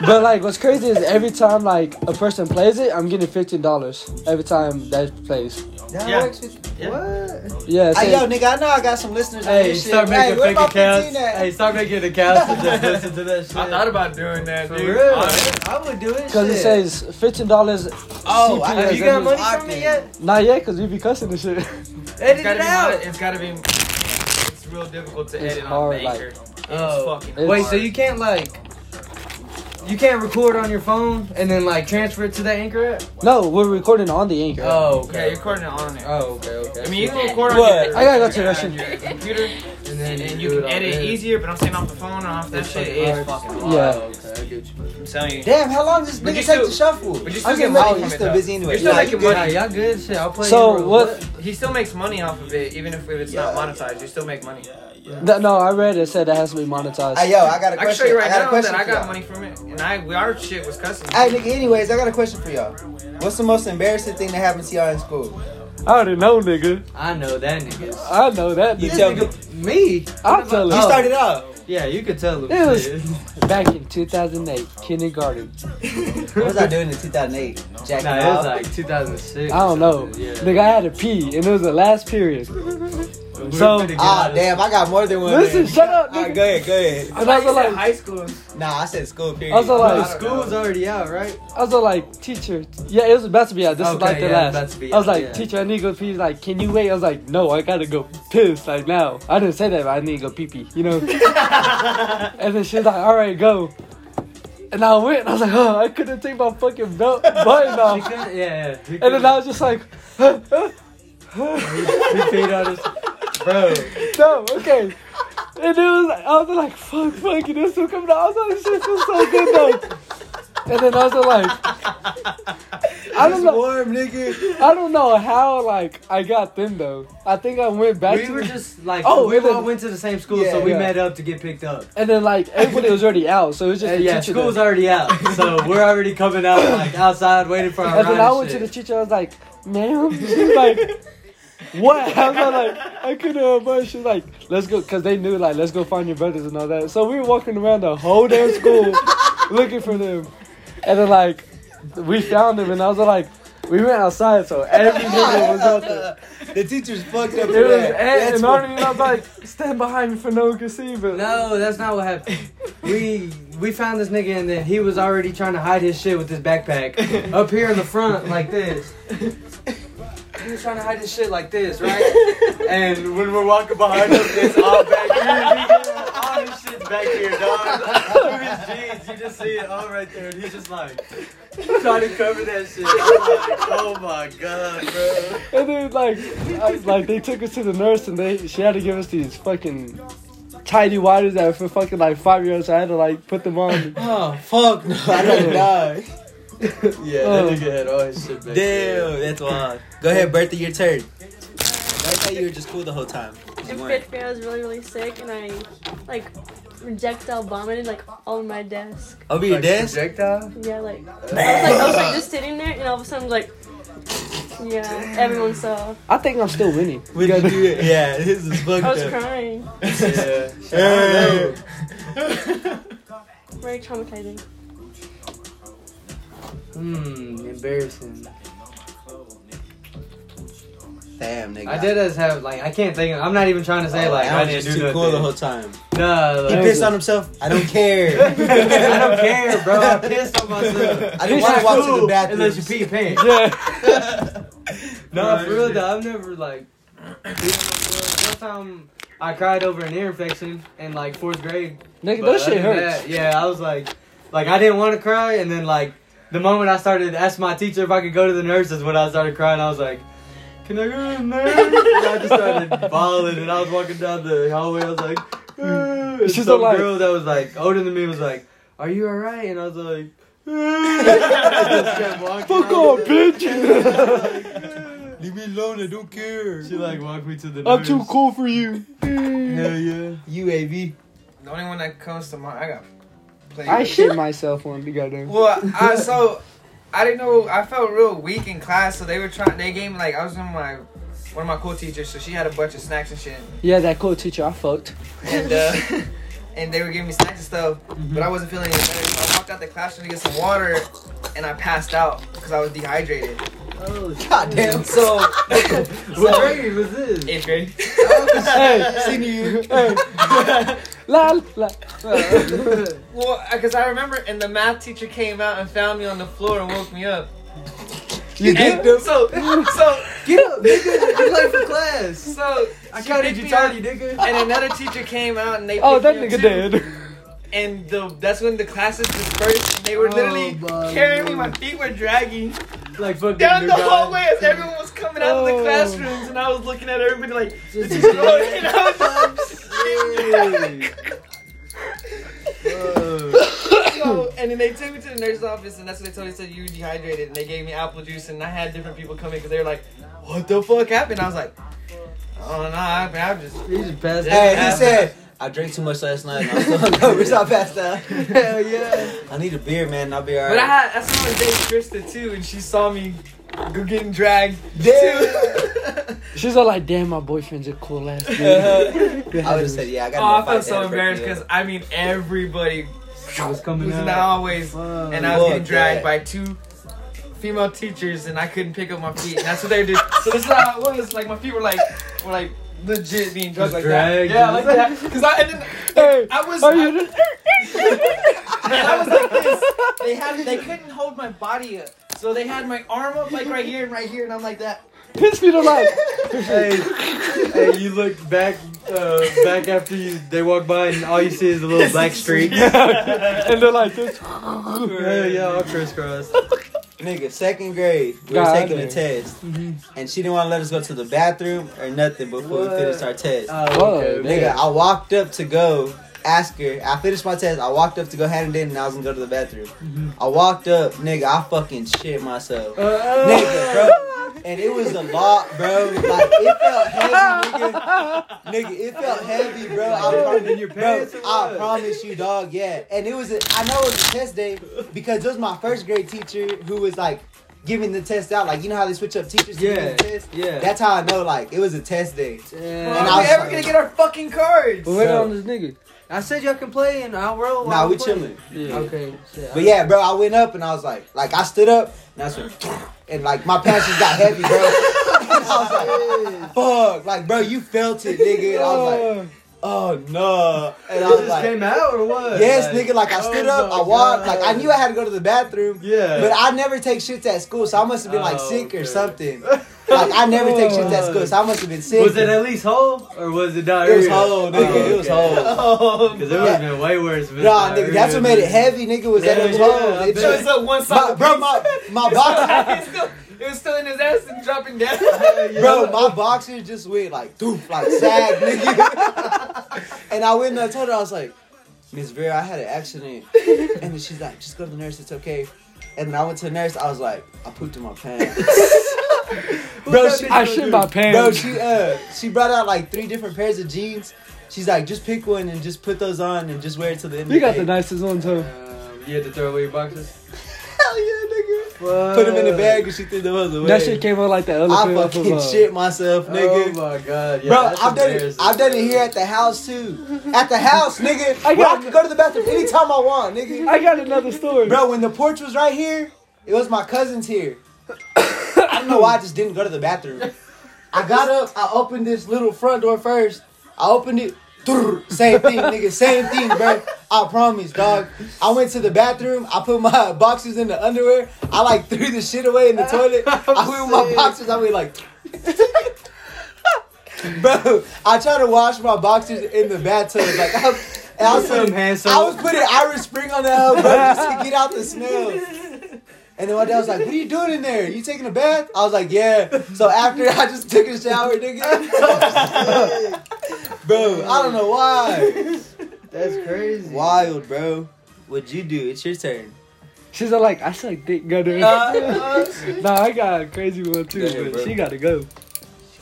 S2: But like what's crazy is every time like a person plays it, I'm getting fifteen dollars every time that plays.
S4: That
S1: Yeah.
S4: works with-
S1: Yeah.
S4: What?
S2: Yeah.
S4: Hey, yo,
S2: So,
S4: nigga, I know I got some listeners. on
S5: hey,
S4: this shit.
S5: start making
S4: where
S5: fake
S4: my 15
S5: accounts.
S4: at?
S5: Hey, start making accounts and just listen to that shit.
S1: I thought about doing that,
S5: For
S1: dude.
S5: real,
S1: Honest.
S5: I would do it.
S2: Cause it
S5: shit.
S2: says fifteen dollars.
S4: Oh, I-
S2: CPS,
S5: have you
S2: that means-
S5: got money from me yet?
S2: Not yet, cause we be cussing and shit.
S5: Edit
S1: It's
S5: it
S1: gotta, be,
S5: out.
S1: mon- it's gotta be. It's real difficult to
S2: It's
S1: edit
S2: hard,
S1: on Anchor. it's
S5: Oh.
S1: fucking.
S2: It's-
S5: Wait,
S1: hard.
S5: so you can't like, you can't record on your phone and then like transfer it to the Anchor app?
S2: no, we're recording on the Anchor.
S5: Oh,
S1: Yeah, you're recording it on it.
S5: Oh, okay, okay.
S1: I mean, you can record on
S4: What?
S1: your,
S2: I gotta go to
S1: your-
S2: Russian.
S1: your computer,
S5: and
S1: and, and you
S5: do
S1: can
S5: it on
S1: edit
S5: there.
S1: easier. But I'm saying off the phone or off that
S5: It's
S1: shit
S5: fucking
S1: is
S5: hard.
S1: fucking hard.
S2: Yeah.
S5: Oh, okay, I get you.
S1: I'm telling you.
S4: Damn, how long does
S1: But
S4: this
S1: you
S4: nigga take
S1: still-
S4: to shuffle?
S1: But you
S4: I'm
S1: still get
S4: getting- oh,
S1: money
S4: you're
S1: from it,
S4: still
S1: though.
S4: busy anyway.
S1: You're still
S4: Yeah,
S1: making
S4: you good.
S1: money.
S5: Nah, y'all good shit. I'll play.
S2: So
S5: you, bro.
S2: what-
S1: He still makes money off of it, even if it's not monetized. You still make money.
S2: Th- no, I read it said it has to be monetized.
S4: Hey, yo, I got a question.
S1: I can show you
S4: I
S1: right
S4: got a
S1: now
S4: question
S1: that I
S4: for y'all.
S1: got money from it, and I we, our shit was cussing.
S4: Hey, nigga, anyways, I got a question for y'all. What's the most embarrassing thing that happened to y'all in school?
S2: I already know, nigga.
S5: I know that nigga.
S2: I know that.
S4: You
S2: Nigga.
S4: tell me.
S5: Nigga, me?
S2: I'm telling
S4: You
S5: Oh.
S4: started out.
S5: Yeah, you could tell him.
S2: It was-
S5: shit.
S2: Oh, Back in 2008, kindergarten.
S4: What was I doing in 2008? Jack
S5: Nah, it was like 2006.
S2: I don't know.
S5: Yeah.
S2: Nigga, I had a pee, and it was the last period.
S5: We were
S2: so-
S5: finna get out
S4: Ah,
S5: of-
S4: damn, I got more than one.
S2: Listen,
S4: man.
S2: shut up,
S4: All right,
S2: nigga.
S4: go ahead, go ahead.
S2: And I was like,
S1: high school.
S4: Nah, I said school period.
S2: I was
S5: Bro,
S2: like,
S5: school's already out, right?
S2: I was like, teacher. Yeah, it was about to be out. This is
S5: Okay,
S2: like the
S5: yeah,
S2: last.
S5: about to be
S2: I was
S5: out,
S2: like,
S5: yeah.
S2: teacher, I need to go pee. He's like, can you wait? I was like, no, I gotta go piss. Like now, I didn't say that, but I need to go pee pee. You know. and then she's like, all right, go. And I went. And I was like, oh, I couldn't take my fucking belt button
S5: He
S2: off.
S5: could, yeah. He
S2: And then I was just like, no,
S5: he peed on his. Bro,
S2: okay. And it was like, I was like, fuck, fuck, it was still coming out. I was like, shit feels so good though. And then I was like, I don't know.
S4: warm, nigga.
S2: I don't know how like I got them though. I think I went back
S5: we
S2: to
S5: were just like,
S2: Oh,
S5: oh, we
S2: and then-
S5: all went to the same school,
S4: Yeah,
S5: so we
S2: yeah.
S5: met up to get picked up.
S2: and then like everybody was already out, so it was just
S5: Uh,
S2: the
S5: yeah,
S2: teacher.
S5: school's
S2: there.
S5: already out, so we're already coming out like outside waiting for our.
S2: and then
S5: ride
S2: I
S5: and
S2: went to the
S5: shit.
S2: teacher. I was like, "Ma'am," she's like, "What?" I was like, "I couldn't help but." She's like, "Let's go," because they knew like, "Let's go find your brothers and all that." So we were walking around the whole damn school looking for them, and then like we found them, and I was like, "We went outside, so every nigga was out there."
S4: The teacher's fucked
S2: It
S4: up.
S2: was Ed and Arnie, and I was like, "Stand behind me for no one can see." But
S5: No, that's not what happened. We we found this nigga and then he was already trying to hide his shit with his backpack up here in the front like this. He was trying to hide his shit like this, right? And when we're walking behind him, it's all back here. nigga. All this shit's back here, dog. Through his jeans, you just see it all right there, and he's just like trying to cover that shit. I'm like, oh my god, bro.
S2: And then like, I, like they took us to the nurse and they she had to give us these fucking tidy whities that were for fucking like five years. I had to like put them on.
S4: Oh fuck no! I don't die.
S5: Yeah,
S2: that Oh.
S5: that nigga had all his shit back
S4: Damn, that's wild. Go ahead, birthday your turn. Birthday, you were just cool the whole time. You
S3: In
S4: weren't.
S3: fifth grade, I was really, really sick, and I like projectile vomited like all on my desk.
S4: Over your desk.
S5: Projectile?
S3: Yeah, like I was like, I was like just sitting there, and all of a sudden, like yeah, everyone saw.
S2: I think I'm still winning.
S4: When you do it, yeah, this is fucked
S3: I was
S4: up.
S3: crying,
S5: Yeah.
S4: Hey.
S3: very traumatizing.
S5: Hmm, embarrassing.
S4: Damn, nigga.
S5: I did as have like I can't think. Of, I'm not even trying to say like I,
S4: I Oh,
S5: didn't
S4: was just
S5: do
S4: too
S5: nothing.
S4: cool the whole time.
S5: Nah,
S4: He
S5: like,
S4: pissed on himself. I don't care.
S5: I don't care, bro. I pissed on myself.
S4: I didn't want to walk to the bathroom.
S5: Unless you pee your pants.
S2: Yeah.
S5: No, for real though, I've never like. One time I cried over an ear infection in like fourth grade.
S2: Nigga,
S5: But
S2: that shit
S5: other than
S2: hurts.
S5: that, yeah, I was like, like I didn't want to cry, and then like the moment I started asking my teacher if I could go to the nurse is when I started crying. I was like, "Can I go to the nurse?" and I just started bawling, and I was walking down the hallway. I was like, "Ugh." and
S2: She's
S5: some
S2: alive.
S5: girl that was like older than me was like, "Are you alright?" And I was like, "Ugh." I just kept walking.
S2: Fuck off, "Oh, bitch.
S4: Leave me alone. I don't care.
S5: She like walked me to the
S2: I'm
S5: nurse.
S2: too cool for you.
S5: Hell yeah.
S4: UAV.
S1: The only one that comes to mind, I got played.
S2: I
S1: with.
S2: shit myself on the goddamn.
S1: Well, I so I didn't know. I felt real weak in class, so they were trying. They gave me like I was in my one of my cool teachers, so she had a bunch of snacks and shit,
S2: Yeah, that cool teacher I fucked.
S1: and uh, and they were giving me snacks and stuff, but I wasn't feeling any better. So I walked out the classroom to get some water, and I passed out because I was dehydrated.
S4: God damn.
S1: So
S5: What grade was this?
S1: eighth grade.
S2: hey,
S4: Seen you.
S2: hey. la, la.
S1: Well, because I remember, and the math teacher came out and found me on the floor and woke me up.
S2: You
S1: And
S2: did?
S1: so, so,
S5: Get up, nigga. You late for class.
S1: so,
S5: I
S1: she
S5: counted
S1: picked
S5: you
S1: me up,
S5: tardy, nigga.
S1: And another teacher came out and they.
S2: Oh,
S1: picked
S2: that
S1: me up
S2: nigga
S1: too.
S2: dead.
S1: and the that's when the classes dispersed. And they were
S5: Oh,
S1: literally
S5: my
S1: carrying me. My
S5: Lord.
S1: feet were dragging
S5: Like fucking
S1: down
S5: new
S1: the
S5: guy.
S1: hallway as everyone was coming out of the
S2: Oh.
S1: classrooms, and I was looking at everybody like,
S5: Just-
S1: "This is wrong," and I was like, so, and then they took me to the nurse's office, and that's what they told me. They said you were dehydrated, and they gave me apple juice, and I had different people coming because they were like, "What the fuck happened?" I was like, "Oh no, I, I'm just."
S5: He just passed
S4: Hey, he
S5: out.
S4: said, I drank too much last night. and I'm still hungover, so I passed out.
S5: Hell yeah.
S4: I need a beer, man. and I'll be alright.
S1: But I had I saw my date Krista too, and she saw me go getting dragged too.
S2: She's all like, damn, my boyfriend's a cool ass dude.
S5: Uh-huh.
S4: I would have said, yeah, I got.
S1: Oh, I
S4: in
S1: felt
S4: a fight
S1: so
S4: that
S1: embarrassed because
S4: birthday.
S1: I mean everybody
S5: I was
S1: was
S5: coming
S1: in the
S5: out.
S1: hallways,
S5: Fuck.
S1: and I was getting
S4: Fuck
S1: dragged
S4: that.
S1: by two female teachers, and I couldn't pick up my feet. And that's what they did. So this is how it was. Like my feet were like were like legit being drugged
S5: Just
S1: like
S5: dragged.
S1: that. Yeah, like that. Because I and then,
S2: Hey,
S1: I was
S2: are
S1: I,
S2: you just-
S1: and I was like this. They had they couldn't hold my body up, so they had my arm up like right here and right here, and I'm like that.
S2: piss me to life?
S5: Hey, hey, you look back, uh, back after you. They walk by and all you see is a little black streak.
S2: and they're like, this.
S5: Hell yeah, all crisscrossed.
S4: Nigga, second grade, we
S2: God
S4: were taking a
S2: damn.
S4: test,
S1: Mm-hmm.
S4: and she didn't want to let us go to the bathroom or nothing before
S5: What?
S4: we finished our test.
S5: Oh,
S2: Whoa,
S5: okay.
S4: Nigga, I walked up to go ask her. I finished my test. I walked up to go hand it in, and I was gonna go to the bathroom. I walked up, nigga. I fucking shit myself, nigga, bro. And it was a lot, bro. Like it felt heavy, nigga. Nigga, it felt heavy, bro. I
S5: Put it
S4: promise,
S5: in your
S4: bro,
S5: pants. or
S4: I
S5: what?
S4: promise you, dog. Yeah. And it was. A, I know it was a test day because it was my first grade teacher who was like giving the test out. Like you know how they switch up teachers to
S5: Yeah,
S4: give the test.
S5: yeah.
S4: That's how I know. Like it was a test day.
S1: Well,
S4: And
S1: and
S4: I
S1: are we
S4: was
S1: ever
S4: like-
S1: gonna get our fucking cards?
S2: But wait
S4: So-
S2: on this nigga.
S5: I said y'all can play and I'll roll.
S4: Nah,
S5: I'll
S4: we
S5: play.
S4: chilling.
S2: Yeah.
S5: Okay. shit.
S4: But yeah, bro, I went up and I was like, like I stood up and I was like, and like my pants just got heavy, bro. And I was like, fuck, like bro, you felt it, nigga. And I was like, oh no. And I
S5: It
S4: was
S5: just
S4: like,
S5: came out or what?
S4: yes,
S5: Like,
S4: nigga. Like I stood
S5: oh
S4: up,
S5: my
S4: I walked.
S5: God.
S4: Like I knew I had to go to the bathroom.
S5: Yeah.
S4: But I never take shits at school, so I must have been like
S5: Oh,
S4: sick or
S5: okay.
S4: something. Like I never take shits at school, so I must have been sick.
S5: Was it at least whole or was it diarrhea?
S4: It was whole, nigga.
S5: Oh,
S4: It was
S5: okay.
S4: whole.
S5: Cause it would have been way worse. if it was
S4: Nah, nigga, that's what made it
S5: diarrhea.
S4: heavy, nigga, was that
S5: Yeah,
S4: it was
S5: yeah,
S4: whole.
S5: I
S4: It
S5: bet.
S1: So it's
S4: just-
S1: up one
S4: my,
S1: side.
S4: bro, my, my box,
S1: it's still, it was still in his ass and dropping down.
S4: bro, my boxer just went like doof, like sag, nigga. and I went and I told her, I was like, Miss Vera, I had an accident. And then she's like, just go to the nurse, it's okay. And then I went to the nurse, I was like, I pooped in my pants. bro, she,
S2: I shit my
S4: Bro,
S2: pants.
S4: she uh she brought out like three different pairs of jeans. She's like, just pick one and just put those on and just wear it to the end
S2: You
S4: of the
S2: got
S4: day.
S2: the nicest one too.
S5: Um, you had to throw away your boxes.
S4: Hell yeah, nigga. Put them in the bag and she threw them away.
S2: That shit came out like the
S4: I
S2: elephant. off of,
S4: fucking
S2: uh,
S4: shit myself,
S5: Oh
S4: nigga.
S5: my god, yeah,
S4: Bro,
S5: that's
S4: I've done it.
S5: embarrassing.
S4: I've done it here at the house too. At the house, nigga.
S2: I
S4: I,
S2: got-
S4: I can go to the bathroom anytime I want, nigga.
S2: I got another story.
S4: Bro, when the porch was right here, it was my cousins here. I don't know why I just didn't go to the bathroom. I got up. I opened this little front door first. I opened it. Same thing, nigga. Same thing, bro. I promise, dog. I went to the bathroom. I put my boxes in the underwear. I like threw the shit away in the toilet. I went with my boxers. I went like. Bro, I tried to wash my boxers in the bathtub. Like, I, and I was
S5: Some
S4: putting,
S5: hand
S4: I
S5: soap.
S4: was putting Irish Spring on the hell, bro, just to get out the smell. And then my dad was like, "What are you doing in there? You taking a bath?" I was like, "Yeah." So after I just took a shower, nigga. bro, I don't know why.
S5: That's crazy.
S4: Wild, bro. What'd you do? It's your turn.
S2: She's all like, I suck dick gutter. nah, I got a crazy one too,
S4: Yeah,
S2: but
S4: bro.
S2: she gotta go.
S4: She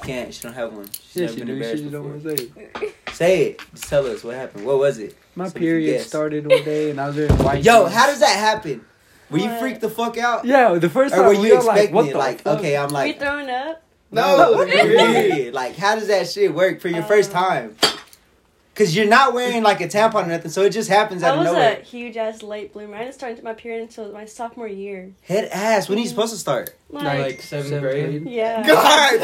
S4: can't. She don't have one. She's
S2: Yeah, she
S4: never
S2: do.
S4: been
S2: She
S4: embarrassed
S2: just don't want
S4: before.
S2: to say it.
S4: Say it. Just tell us what happened. What was it?
S2: My
S4: So we can
S2: period
S4: guess.
S2: started one day, and I was wearing white.
S4: Yo,
S2: jeans.
S4: how does that happen? Were you
S3: What?
S4: freaked the fuck out?
S2: Yeah, the first
S4: Or
S2: time
S4: were
S2: we
S4: you
S2: were like,
S4: expecting
S2: what
S4: it?
S2: the
S4: Like,
S2: fuck?
S4: okay, I'm
S3: We
S4: like,
S3: throwing up.
S4: no,
S1: No.
S4: period. Like, how does that shit work for your first
S3: Um,
S4: time? Cause you're not wearing like a tampon or nothing, so it just happens out
S3: I
S4: of
S3: was
S4: nowhere.
S3: a huge ass late bloomer. I didn't start into my period until my sophomore year.
S4: Head ass. When are you supposed to start?
S3: Like,
S5: like seventh,
S2: Seventh
S5: grade.
S2: grade.
S3: yeah.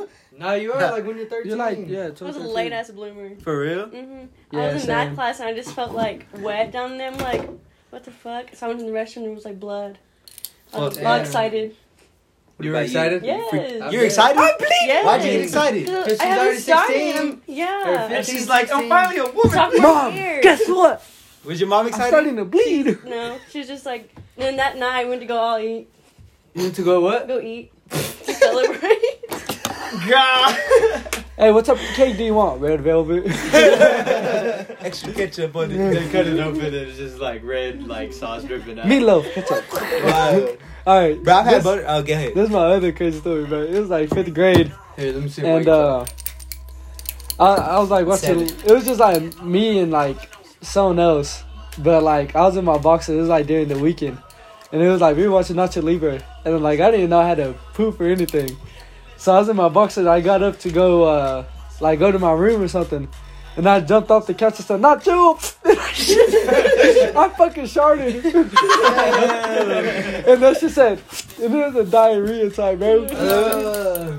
S4: God,
S5: No, you are like when you're 13.
S2: You're like, yeah,
S3: I was a late ass bloomer.
S4: For real?
S3: hmm
S2: Yeah,
S3: I was in
S2: same.
S3: that class and I just felt like wet down there. I'm like, what the fuck? So I went in the restroom and there was like blood. I was
S5: Fuck,
S3: all
S5: yeah.
S3: excited.
S5: You were
S4: About you.
S5: excited?
S3: Yes.
S4: You're excited?
S3: Yes.
S4: Why'd you get excited?
S3: Because
S5: she's
S3: I haven't
S5: already
S3: started.
S5: 16.
S3: I'm-
S5: Or
S3: Yeah.
S5: 15.
S1: She's like, I'm finally a woman.
S3: Sophomore
S2: Mom,
S3: year.
S2: guess what?
S4: Was your mom
S2: I'm
S4: excited?
S2: starting to bleed.
S3: No, she was just like. And then that night, I went to go all eat,
S5: You went to go what?
S3: go eat, to celebrate.
S1: God.
S2: Hey, what type of cake do you want? Red velvet.
S4: Extra ketchup on
S5: They cut it open and it's just like red, like sauce dripping out.
S2: Meatloaf. Ketchup.
S4: Wow.
S2: All right,
S4: Bro, I've had
S2: this,
S4: butter. Oh, go ahead.
S2: this is my other crazy story, bro. It was like fifth grade.
S5: Here, let me see.
S2: and uh, I, I was like watching.
S4: Seven.
S2: It was just like me and like someone else, but like I was in my boxer. It was like during the weekend, and it was like we were watching Nacho Libre, and like I didn't know how to poop or anything, so I was in my boxer. And I got up to go uh like go to my room or something. And I jumped off the couch and said, "Not you!" I fucking sharded, and then she said, and it was a diarrhea type, bro.
S5: Uh, the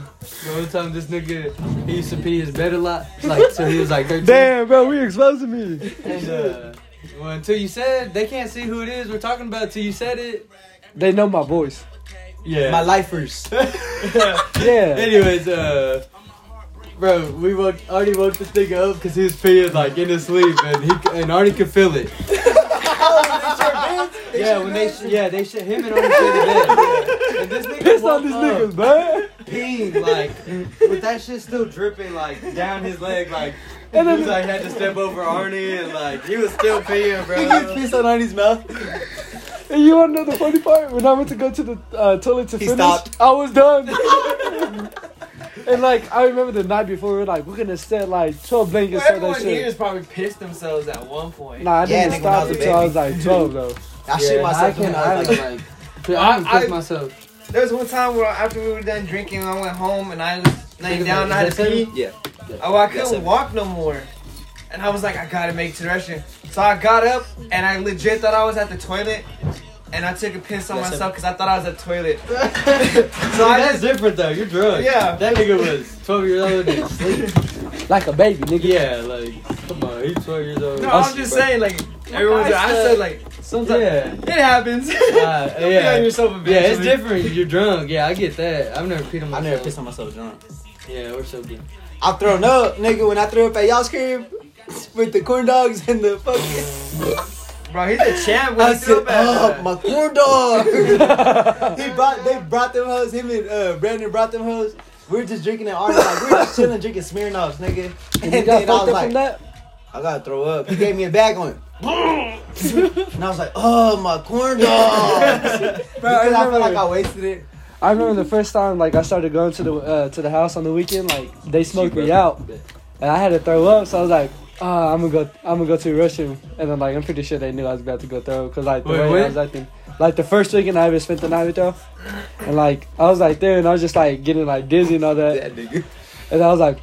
S5: one time this nigga, he used to pee his bed a lot. Like, so he was like 13.
S2: Damn, bro, we exposing me.
S5: And, uh, well, until you said, they can't see who it is we're talking about till you said it.
S2: They know my voice.
S5: Yeah.
S4: My lifers.
S2: Yeah.
S5: Anyways, uh, bro, we woke Arnie woke this thing up because he was peeing like in his sleep, and he and Arnie could feel
S2: Oh,
S5: it. yeah, when they sh- yeah they shit him and Arnie shared the bed, and this nigga
S2: Piss on
S5: woke
S2: these
S5: up
S2: niggas, man.
S5: peeing like with that shit still dripping like down his leg like. And he was like had to step over Arnie and like he was still peeing,
S4: He gets
S5: bro.
S4: pissed on Arnie's mouth.
S2: And you wanna know the funny part? When I went to go to the uh, toilet to
S4: He
S2: finish,
S4: stopped.
S2: I was done. and like I remember the night before, we were like, we're gonna set like twelve blankets for
S1: Everyone
S2: that
S1: here
S2: shit.
S1: has probably pissed themselves at one point.
S2: Nah, I
S4: Yeah,
S2: didn't
S4: nigga, when I
S2: stop
S4: was a
S2: until I was like twelve though.
S4: I shit myself. when I was like,
S1: I can piss
S5: myself.
S1: There was one time where after we were done drinking, I went home and I was laying
S5: Is
S1: down and I had
S5: that
S1: to pee.
S5: seven?
S4: yeah.
S1: Oh, I
S4: That's
S1: couldn't
S4: seven.
S1: walk no more. And I was like, I gotta make it to the restroom. So I got up and I legit thought I was at the toilet. and I took a piss on
S4: That's it.
S1: myself because I thought I was at the toilet.
S5: So that's different though. You're drunk.
S1: Yeah.
S5: That nigga was 12 years old and asleep.
S2: Like a baby, nigga.
S5: Yeah, like, come on, he's 12 years old.
S2: Oh,
S1: No, I'm just saying, like, everyone's. I said, like, sometimes
S5: Yeah.
S1: it happens.
S5: Uh,
S1: You'll
S5: yeah.
S1: be on yourself eventually.
S5: Yeah, it's different. You're drunk. Yeah, I get that. I've never peed on
S4: I
S5: myself.
S4: never pissed on myself drunk.
S5: Yeah, we're so good.
S4: I've thrown up, nigga, when I threw up at y'all's crib with the corn dogs and the fucking.
S1: Bro, he's a champ when
S4: I
S1: he threw
S4: said,
S1: up at
S4: oh,
S1: us.
S4: my corn dog. he brought, they brought them hoes, him and uh, Brandon brought them hoes. We were just drinking at Arnold, like, we were just chilling, drinking Smirnoffs, nigga. And,
S2: And you got
S4: then I
S2: fucked
S4: was
S2: up from
S4: like,
S2: that?
S4: I gotta throw up. He gave me a bag on it. and I was like, oh, my corn dogs. Bro,
S2: I
S4: because I, feel
S2: remember-
S4: like I wasted it.
S2: I remember the first time like I started going to the uh, to the house on the weekend, like they smoked me out, and I had to throw up. So I was like, oh, I'm gonna go, I'm gonna go to the restroom, and I'm like, I'm pretty sure they knew I was about to go throw because like the
S5: Wait,
S2: way
S5: when?
S2: I was acting, like the first weekend I ever spent the night with y'all, and like I was like there and I was just like getting like dizzy and all that,
S4: That nigga.
S2: and I was like,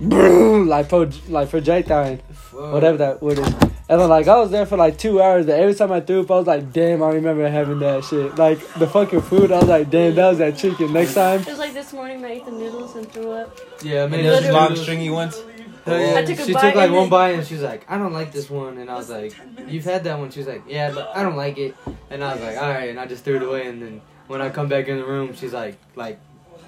S2: "Brrr," like pro, like projectile, whatever that word is. And then like I was there for like two hours, but every time I threw up, I was like, damn, I remember having that shit. Like the fucking food, I was like, damn, that was that chicken. Next time,
S3: It was like this morning I ate the noodles and threw up.
S5: Yeah, man.
S4: And those
S3: Literally.
S4: long stringy ones.
S5: Oh, yeah.
S3: I took a
S5: she
S3: bite
S5: took like
S3: and
S5: one
S3: then-
S5: bite and she was like, I don't like this one. And I was like, You've had that one. She was like, Yeah, but I don't like it. And I was like, All right. And I just threw it away. And then when I come back in the room, she's like, like.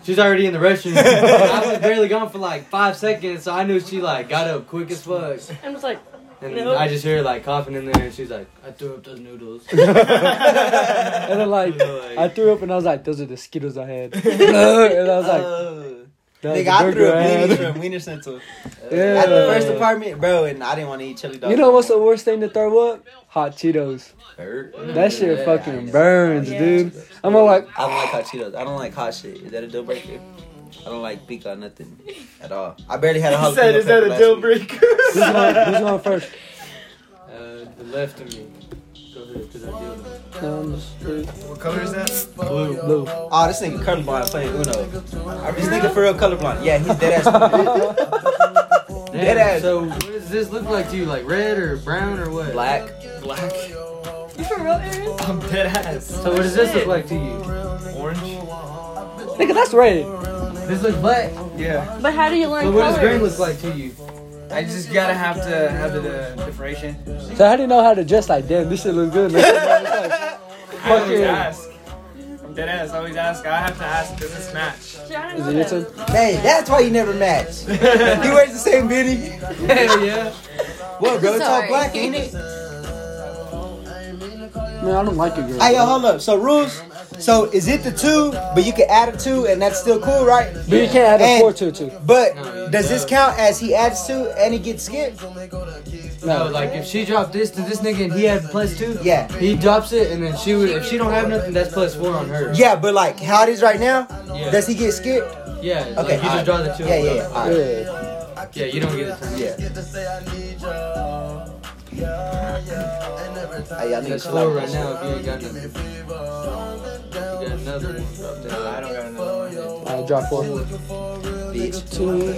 S5: She's already in the restroom. And I was barely gone for like five seconds, so I knew she like got up quick as fuck.
S3: And was like,
S5: And
S3: Nope.
S5: I just hear her like coughing in there, and she's like, "I threw up those noodles."
S2: and then like
S5: Like-
S2: I threw up, and I was like, those are the Skittles I had. and I was like,
S4: Oh.
S2: that was
S4: Nigga,
S2: the
S4: I threw
S2: burger
S4: up
S2: I
S4: Wiener
S2: had.
S4: from Wiener Central.
S2: Yeah.
S4: At the first apartment, bro, and I didn't want to eat chili dogs.
S2: You know what's the
S4: no
S2: worst thing to throw up? Hot Cheetos.
S4: more.
S2: That shit
S4: Yeah, I
S2: fucking
S4: know.
S2: burns,
S3: Yeah.
S2: dude. I'm all like,
S4: I don't like hot Cheetos. I don't like hot shit. Is that a deal breaker? I don't like pica nothing at all. I barely had a
S1: He
S4: jalapeno
S1: said, is that
S4: pepper
S1: a
S4: last
S1: deal
S4: week.
S1: breaker?
S2: who's going, who's going first?
S5: Uh, the left of me. Go ahead, 'cause I deal with it.
S2: Um,
S1: What color is that?
S5: Blue.
S2: Lou.
S4: Oh, this nigga colorblind playing Uno. I this nigga for real colorblind. Yeah, he's dead ass Dead
S5: Damn,
S4: ass.
S5: So, what does this look like to you? Like red or brown or what?
S4: black.
S1: Black.
S3: You for real, Aaron?
S1: I'm dead ass.
S5: So, what does this look like to you?
S1: Orange?
S2: Nigga, that's red.
S5: This looks black.
S1: Yeah.
S3: But how do you learn
S5: So,
S3: colors?
S5: what does green look like to you?
S1: I just gotta have to have the uh, differentiation.
S2: So how do you know how to dress like damn this shit looks good? Like, it's like,
S1: I always
S2: yeah.
S1: ask. I'm dead ass. I always ask. I have to ask. Does this match?
S3: Shit, I
S2: Is
S3: don't
S2: it
S3: know
S2: your
S3: that.
S2: turn?
S4: Hey, that's why you never match. He wears the same beanie.
S5: Hell yeah.
S4: What, bro? It's all
S3: Sorry.
S4: black, ain't it?
S2: Man, I don't like it, girl.
S4: Hey, yo, hold up. So rules. So is it the two, but you can add a two, and that's still cool, right?
S2: but you can't add a
S4: And-
S2: four to it too.
S4: But does this count as he adds two and he gets skipped?
S5: No, like if she dropped this to this nigga and he had plus two.
S4: Yeah.
S5: He drops it and then she would. If she don't have nothing, that's plus four on her.
S4: Yeah, but like how it is right now,
S5: Yeah.
S4: does he get skipped?
S5: Yeah. Okay. Like,
S4: Okay,
S5: you just
S4: alright.
S5: draw the two.
S4: Yeah, yeah, yeah. alright.
S2: Yeah.
S5: Yeah. You don't get it.
S4: Yeah. Hey, y'all niggas
S5: That's
S4: slap
S5: four right
S4: this.
S5: now. If you ain't got nothing. You got another one dropped in.
S1: I don't got another one.
S2: I drop four.
S4: Bitch.
S2: Two.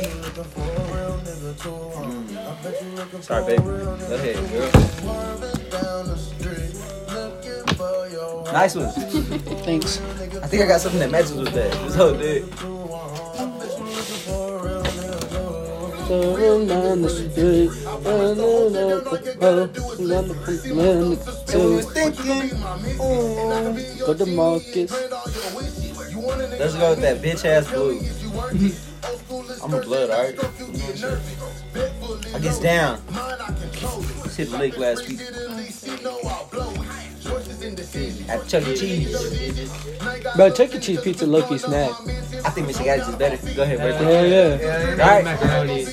S4: Sorry, baby. Go ahead, girl. Nice one.
S2: Thanks.
S4: I think I got something that matches with that. This whole dude. And we was
S2: Go
S4: thinking, Mm. ooh.
S2: to Marcus.
S4: Let's go with that bitch ass blue. I'm a blood, alright? I gets down. Just hit the lake last week. At Chuck E. Cheese.
S2: Bro, Chuck E. Cheese pizza lucky snack.
S4: I think Mr. Gadget's better. Go ahead, bro.
S2: Hell yeah.
S1: Yeah, yeah.
S4: Alright.
S5: Macaroni.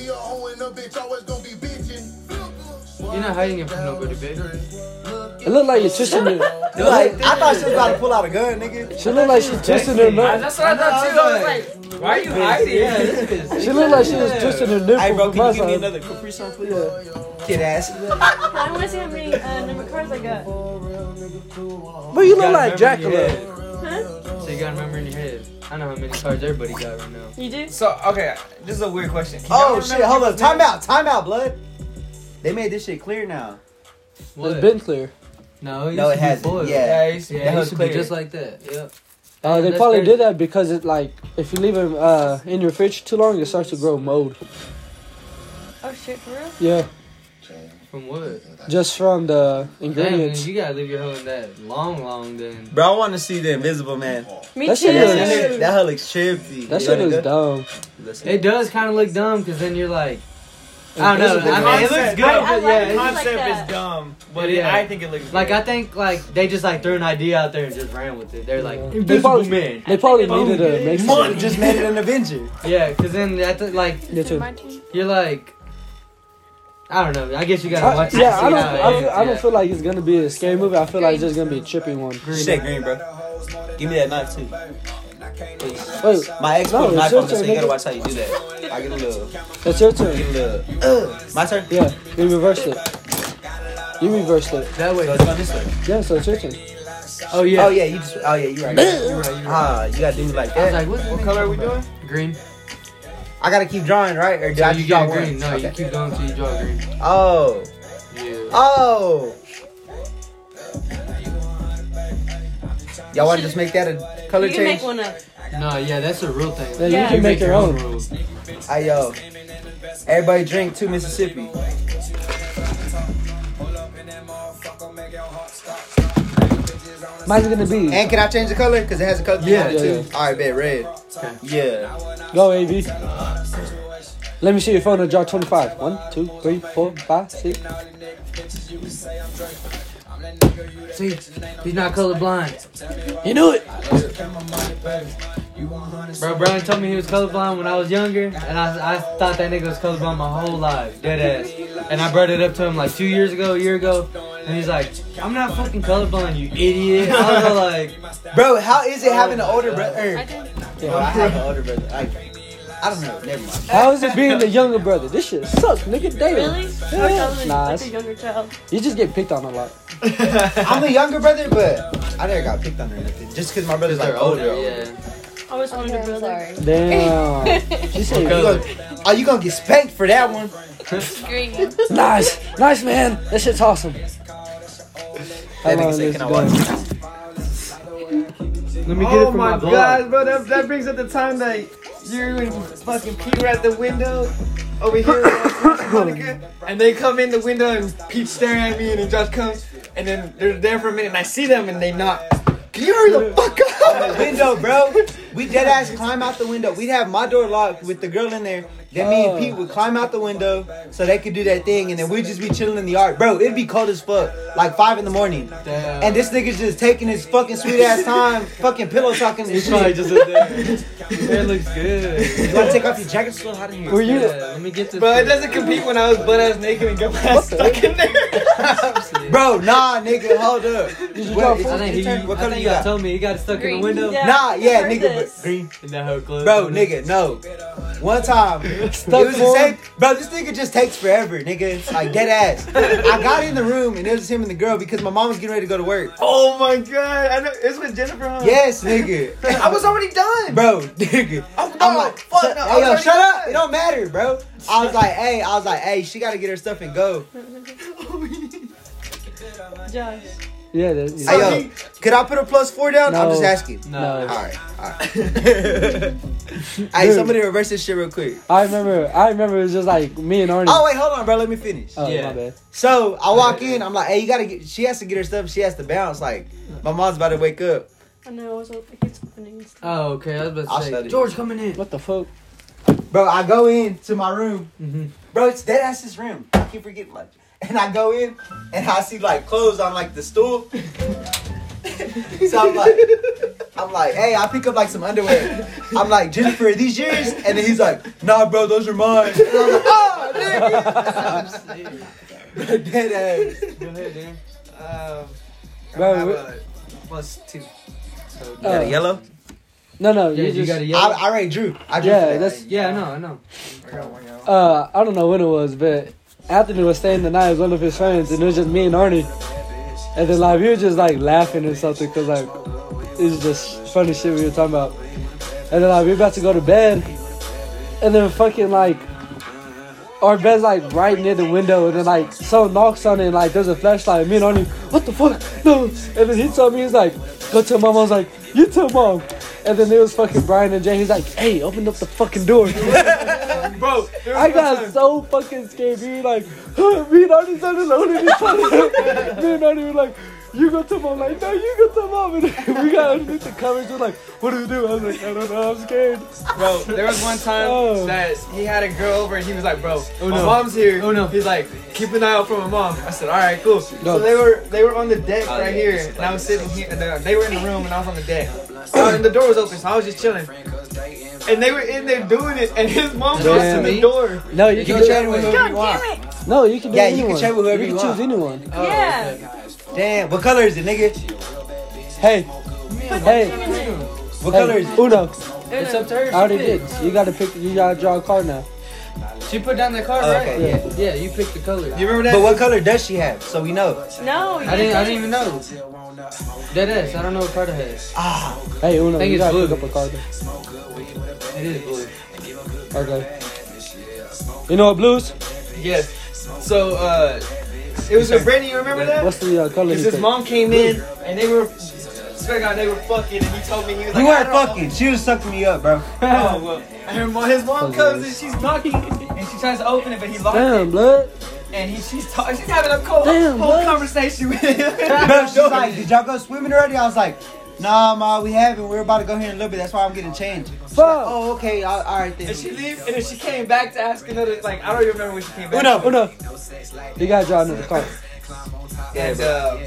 S5: You're not hiding it from nobody, babe.
S2: It looked like you're twisting your.
S4: Dude, like, I thought she was about to pull out a gun, nigga.
S2: She looked like she twisting her
S1: I-
S2: nut.
S1: That's what I thought too. I was like, why are you hiding?
S5: Yeah, this is.
S2: She looked like she was twisting her nipple.
S4: Hey, bro,
S2: from
S4: can you
S2: my
S4: give me
S2: side.
S4: another Capri Sun, please? Kid ass.
S3: I want to see how many uh, number cards I got.
S2: But you look
S5: gotta
S2: like
S5: remember in your
S2: Dracula.
S3: Huh?
S5: head. So you gotta remember in your head. I know how many cards everybody got right now.
S3: You do?
S1: So okay, this is a weird question. Can y'all
S4: Oh,
S1: remember
S4: shit. Hold up.
S1: people's
S4: Time
S1: names?
S4: out. Time out, blood. They made this shit clear now.
S2: It's been clear. Uh,
S5: No, it
S4: No,
S5: used
S4: it
S5: to be
S4: hasn't.
S5: foiled.
S4: Yeah.
S1: Yeah, it used to be-
S5: Yeah, it
S1: was
S5: used to be
S1: clear.
S5: just like that. Yep.
S2: Uh, they
S5: That's
S2: probably
S5: crazy.
S2: did that because it like if you leave it uh, in your fridge too long, it starts to grow mold.
S3: Oh shit, for real?
S2: Yeah,
S5: From what?
S2: just from the
S5: Damn,
S2: ingredients.
S5: you gotta leave your hoe in that long, long then.
S4: Bro, I want to see the Invisible Man.
S3: Me
S2: That
S3: too.
S2: shit
S4: That
S2: is-
S4: shit- that hell looks trippy.
S2: that
S4: You
S2: shit
S4: wanna
S2: is
S4: go?
S2: dumb.
S4: Let's see.
S5: It does kind of look dumb because then you're like, I don't know.
S2: Invisible
S5: I mean, it looks
S1: Concept.
S5: good,
S1: I-
S3: I like
S5: but yeah,
S3: it.
S5: it's
S1: The
S5: just-
S3: like
S1: concept
S3: that.
S1: is dumb, but
S5: Yeah.
S1: it, I think it looks
S5: like
S1: good.
S5: I think like they just like threw an idea out there and just ran with it. They're like
S2: Yeah. They
S5: Invisible
S2: probably-
S5: Man.
S2: They probably needed to make
S4: Mon
S2: some.
S4: just made it an Avenger.
S5: Yeah, because then at the, like
S2: Me too.
S3: My turn.
S5: you're like, I don't know. I guess you gotta
S2: I,
S5: watch. it
S2: Uh, yeah,
S5: to see
S2: I don't.
S5: how it
S2: I, feel,
S5: ends,
S2: I don't
S5: yeah.
S2: feel like it's gonna be a scary movie. I feel like it's just gonna be a trippy one.
S4: Shit, green, bro. Give me that knife too.
S2: Wait,
S4: My ex
S2: No, it's your
S4: put a knife on me, so
S2: turn,
S4: you gotta
S2: nigga.
S4: watch how you do that. I get a little,
S2: it's your
S4: get
S2: turn.
S4: a little. Uh, my turn.
S2: Yeah, you reversed it. You reversed it.
S5: that
S4: So
S5: way.
S4: it's going this way.
S2: Yeah, so it's your turn.
S5: Oh yeah.
S4: Oh yeah, you just. Oh yeah, you right.
S5: You're right, you're right.
S4: Ah, you gotta do me like
S5: I was
S4: that.
S5: like, what, the
S1: What
S5: nigga
S1: color are we
S5: talking
S1: doing?
S5: about? Green.
S4: I gotta keep drawing, right? Or did
S5: So
S4: I
S5: you
S4: just
S5: get
S4: draw
S5: green.
S4: one?
S5: No, you
S4: Okay.
S5: keep going till you draw green.
S4: Oh,
S5: Yeah.
S4: oh. Y'all wanna just make that a color
S3: You can make
S4: change?
S3: one up.
S5: No, yeah, that's a real thing.
S2: Yeah,
S3: Yeah.
S2: you can make your own.
S5: rules.
S4: Hey yo, everybody drink two Mississippi.
S2: Mine's gonna be.
S4: And can I change the color? Cause it has a color thing
S5: Yeah,
S4: on it
S2: yeah,
S4: too. All right, bet red.
S5: Okay.
S4: Yeah.
S2: Go, AB. Let me see your phone and draw 25. 1, 2, 3, 4, 5, 6.
S5: See, he's not colorblind.
S2: You knew it.
S5: Bro, Brian told me he was colorblind when I was younger, and I, I thought that nigga was colorblind my whole life, dead ass. And I brought it up to him like two years ago, a year ago, and he's like, "I'm not fucking colorblind, you idiot." I was like,
S4: Bro, how is it having an older brother?
S3: I did.
S4: Bro, I have an older brother. I, I don't know. Never mind.
S2: How is it being the younger brother? This shit sucks, nigga. Damn.
S3: Really?
S2: Yeah.
S3: I was
S2: Nah,
S3: like a
S2: it's-
S3: younger child.
S2: You just get picked on a lot.
S4: I'm the younger brother, but I never got picked on or nothing. Just cause my brother's like older.
S5: Yeah.
S3: I always wanted a brother.
S2: Damn. she
S4: You
S2: said,
S4: gonna, are you gonna get spanked for that one?
S3: Green one.
S2: nice. Nice, man. That shit's awesome. How
S4: That nigga
S2: long
S4: said,
S2: is
S4: "Can
S2: it
S4: I
S2: going?
S4: watch?"
S5: Let me get
S1: Oh
S5: it from my,
S1: my
S5: blog.
S1: god, bro, that, that brings up the time that you and fucking Pete were at the window over here on Santa Monica, and they come in the window and Pete staring at me and then Josh comes and then they're there for a minute and I see them and they knock. Can you hurry the fuck up?
S4: window, bro. We dead ass climb out the window. We'd have my door locked with the girl in there. Then me and Pete would climb out the window so they could do that thing, and then we'd just be chilling in the yard, bro. It'd be cold as fuck, like five in the morning.
S5: Damn.
S4: And this nigga's just taking his fucking sweet ass time, fucking pillow talking and
S5: He's probably
S4: shit.
S5: just in there. It looks good.
S4: You wanna take off your jacket? It's a little hot in
S2: Were
S4: here.
S5: Yeah,
S2: you?
S5: let me get this.
S1: But it
S5: for you.
S1: doesn't compete when I was butt ass naked and got my ass stuck in there.
S4: Bro, nah, nigga, hold up.
S2: Did you
S4: What,
S2: drop
S5: I
S4: it's
S2: four?
S5: think
S4: your
S5: he,
S4: turn. What
S5: I
S4: color
S5: think
S4: you got?
S5: told me he got stuck in
S3: Green.
S5: the window.
S3: Yeah.
S4: Nah, yeah,
S3: Heard
S4: nigga,
S3: this.
S4: but green.
S5: And that hoe closed.
S4: Bro, nigga, no. One time, it was
S2: Stuck
S4: the
S2: for
S4: same. Bro, this nigga just takes forever, nigga. Like dead ass. I got in the room and it was just him and the girl because my mom was getting ready to go to work.
S1: oh my god, I know it's with Jennifer. Huh?
S4: Yes, nigga.
S1: I was already done.
S4: Bro, nigga.
S1: Oh, no,
S4: I'm like,
S1: fuck,
S4: shut-
S1: no,
S4: hey,
S1: I
S4: yo,
S1: was
S4: shut
S1: already
S4: up. It don't matter, bro. I was like, hey, I was like, hey, she gotta get her stuff and go.
S3: Josh.
S2: Yeah, that, yeah.
S4: Hey, yo, could I put a plus four down? I'm
S2: No.
S4: just asking.
S5: No.
S2: No.
S4: Alright, alright. hey,
S2: Dude.
S4: somebody reverse this shit real quick.
S2: I remember. I remember. It was just like me and Arnie.
S4: Oh, wait, hold on, bro. Let me finish.
S2: Oh,
S5: yeah.
S2: my bad.
S4: So I walk in, I'm like, hey, you gotta get, she has to get her stuff, she has to bounce. Like, my mom's about to wake up.
S3: I know. I was open. It's opening.
S5: Oh, okay. I was about
S4: I'll
S5: to say.
S4: shut it.
S5: George coming in.
S2: What the fuck?
S4: Bro, I go in to my room.
S5: Mhm.
S4: Bro, it's dead ass this room. I keep forgetting, like, and I go in and I see like clothes on like the stool. so I'm like, I'm like, hey, I pick up like some underwear. I'm like, Jennifer, are these yours? And then he's like, nah, bro, those are mine. And I'm like, oh, nigga. dead ass.
S5: Go ahead, Dan.
S1: Um,
S2: Bro,
S1: I
S2: we-
S1: will.
S5: Plus two. So,
S2: Uh,
S4: yellow?
S2: no, no.
S5: yeah,
S2: you,
S5: you
S2: just,
S5: got a
S4: oh. I,
S5: yellow.
S4: I already drew. I drew.
S2: Yeah,
S4: for that.
S2: that's-
S5: Yeah, I know, I know.
S1: I got one out.
S2: Uh, I don't know when it was, but Anthony was staying the night with one of his friends, and it was just me and Arnie. And then like we were just like laughing and something, cause like it was just funny shit we were talking about. And then like we were about to go to bed, and then fucking like our bed's like right near the window, and then like someone knocks on it, and like there's a flashlight. Me and Arnie, what the fuck? No. And then he told me he's like, go tell mom. I was like, you tell mom. And then it was fucking Brian and Jay. He's like, hey, open up the fucking door.
S1: Bro, there was
S2: I
S1: one
S2: got
S1: time-
S2: so fucking scared. Me like, me and Arnie's not alone in each other. me and Arnie were like, you go to mom. Like, no, you go to mom. And we got underneath the covers. We're like, what do we do? I was like, I don't know. I'm scared.
S1: Bro, there was one time
S2: Oh.
S1: that he had a girl over and he was like, "Bro, my
S2: no.
S1: mom's here."
S2: Oh, no.
S1: He's like, "Keep an eye out for my mom." I said, "All right, cool."
S2: No.
S1: So they were they were on the deck right
S7: yeah,
S1: here, and I was sitting here. And uh, they- they were in the room, and I was on the deck. Uh, and the door was open, so I was just chilling. And they were in there doing it, and his mom goes to
S2: Damn.
S1: the door.
S2: No, you,
S4: You
S2: can,
S4: can
S2: do
S4: chat
S2: it.
S5: Oh,
S4: with whoever you
S3: God
S4: want.
S3: damn it!
S2: No, you can do
S4: Yeah, you
S2: anyone.
S4: can chat with whoever
S2: you
S4: you
S2: can
S4: want.
S2: choose anyone.
S3: yeah.
S4: Damn, what color is it, nigga?
S2: Hey, hey,
S4: What color
S2: hey,
S4: is it?
S2: Uno.
S7: It's up to her.
S2: I
S7: She
S2: already did.
S7: picked.
S2: You gotta pick. You gotta draw a card now.
S7: She put down the card,
S4: Oh,
S7: right?
S4: okay,
S7: yeah. you picked the color.
S1: You remember that?
S4: But what color does she have? So we know.
S3: No, you
S7: I didn't. I didn't even know. That is. I don't know what card it has.
S4: Ah,
S2: Hey, Uno,
S7: think
S2: you
S7: it's
S2: gotta
S7: blue.
S2: pick up a card.
S7: It is blue.
S2: Okay. You know what blues?
S1: Yes. So uh, it was a Brandon. You remember that?
S2: What's the uh, color?
S1: Because his
S2: you pick?
S1: mom came in, and they were. Swear to God, they were fucking, and he told me he was like, "I
S4: we weren't
S1: don't know."
S4: fucking. She was sucking me up,
S1: Oh,
S4: bro.
S1: well. And her mom, his mom comes and she's knocking and she tries to open it, but he locked
S2: Damn, blood.
S1: it. And he, she's talking, she's having a cold,
S2: Damn,
S1: whole
S2: what?
S1: conversation with him.
S4: Bro, she's like, did y'all go swimming already? I was like, nah, ma, we haven't. We're about to go here in a little bit. That's why I'm getting changed. She's like,
S2: Fuck.
S4: oh, okay. All, all right then.
S1: and she leaves, and then she came back to ask another, like, I don't even remember when she came back.
S2: Uno, Uno. You gotta draw another card.
S1: And, uh,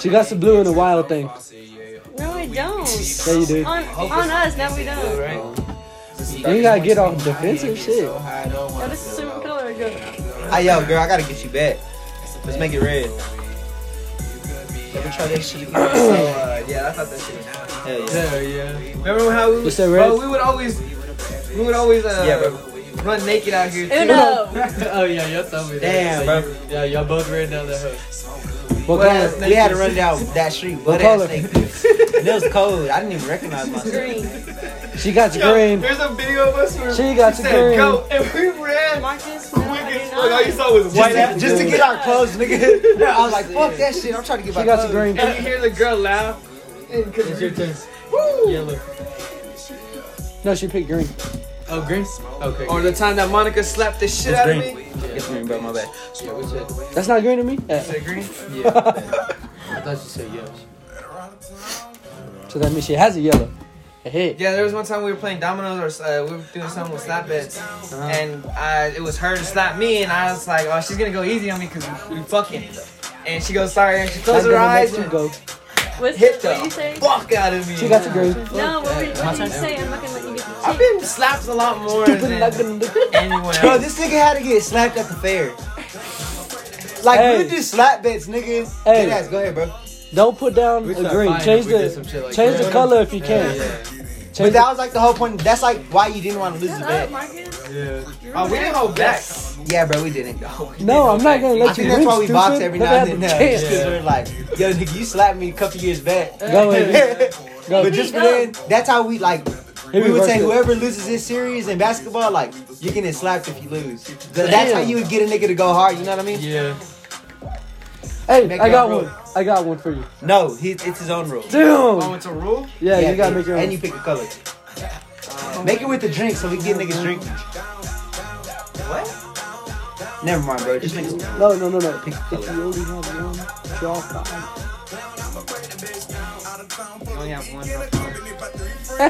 S2: She got some blue and a wild thing.
S3: No, we don't.
S2: Yeah, you do.
S3: On, on us, now we don't.
S2: You ain't gotta get off defensive shit.
S3: Oh, this is super color. Good.
S4: Ah, yo, girl, I gotta get you back. Let's make it red. Let me try that shit again.
S1: so, uh, yeah, I thought that shit was
S4: Hell yeah.
S7: Yeah, yeah.
S1: Remember how we,
S2: You
S1: would,
S2: said
S1: bro,
S2: red?
S1: we would always, we would always, uh,
S4: Yeah, bro.
S1: run naked out here. too.
S3: Uno.
S7: oh yeah, y'all told me. that.
S4: Damn,
S7: That
S4: bro.
S7: you- Yeah, y'all both ran down the hook.
S2: What
S1: What ass
S2: color?
S4: We had to
S1: naked.
S4: run down that street. What
S2: color?
S4: ass naked. And it was cold. I didn't even recognize myself.
S3: Green.
S2: She got
S1: Yo,
S2: green.
S1: There's a video of us where
S2: She got
S1: she
S2: the
S1: said,
S2: green.
S1: go, and we ran.
S3: Marcus. No,
S1: quick
S3: I
S1: as
S3: do
S1: fuck. All you
S3: not.
S1: saw was
S4: Just
S1: white
S4: to,
S1: ass.
S4: just to get our clothes, nigga. I was like, fuck that shit. I'm trying to get my
S2: She got
S4: clothes.
S2: some green.
S1: And you hear the girl laugh. and- 'cause
S7: It's your turn. Yellow.
S2: No, she picked green.
S7: Oh, green. Okay.
S1: Or the time that Monica slapped the shit out of me.
S4: It's green, bro. My bad.
S7: yeah, what's it?
S2: That's not green to me. Yeah.
S1: Is it green?
S7: Yeah. I thought you said yes.
S2: So that means she has a yellow. Hey.
S1: Yeah, there was one time we were playing dominoes or uh, we were doing something with slap bets,
S2: Uh-huh.
S1: and I, it was her to slap me, and I was like, oh, she's gonna go easy on me because we, we fucking. And she goes, sorry, and she closed her eyes
S2: She
S1: and
S2: go.
S3: What's
S1: hit
S3: the,
S1: the
S3: what you say?
S1: fuck out of me.
S2: She got the green.
S3: No, what, were you, what did you say? I'm not gonna let you get the
S1: I've
S3: chick.
S1: been slapped a lot more than anyone
S4: Bro,
S1: else.
S4: this nigga had to get slapped at the fair. Like,
S2: Hey.
S4: we would do slap bets, nigga.
S2: Hey.
S4: Hey. ass. Go ahead, bro.
S2: Don't put down
S7: We
S2: a
S7: start
S2: green.
S7: fighting
S2: Change
S7: if we did
S2: the
S7: some shit like
S2: change
S7: that.
S2: the color if you can.
S7: Yeah,
S4: But
S2: Change the,
S4: that was like the whole point. That's like why you didn't want to lose
S3: Shut
S4: the
S3: up,
S4: bet.
S3: Oh, Marcus.
S7: yeah.
S1: Oh, we didn't hold back.
S4: Yeah, bro, we didn't.
S2: no, I'm not gonna
S4: I
S2: let you win.
S4: think that's why we
S2: stupid.
S4: box every
S2: Never
S4: now
S2: had
S4: and
S2: the
S4: then.
S2: chance.
S4: Because we're like, yo, nigga, you slapped me a couple years back.
S2: Go ahead. Go.
S4: But just for then, that's how we like.
S2: Here
S4: we
S2: we
S4: would
S2: go.
S4: say whoever loses this series in basketball, like you're getting slapped if you lose. Th- That's how you would get a nigga to go hard. You know what I mean?
S7: Yeah.
S2: Hey,
S4: Make
S2: I
S4: your
S2: got
S4: own
S2: one. I got one for you.
S4: No, he, it's his own rule.
S1: Oh,
S2: Damn.
S1: it's a rule?
S2: Yeah, you gotta make your
S4: and
S2: own. Um,
S4: you pick a color. Make it with the drink so we can get niggas drinking.
S1: What?
S4: Never mind, bro. Just make it.
S2: No, no, no, no. If you only have one, draw five.
S1: You only have one draw card.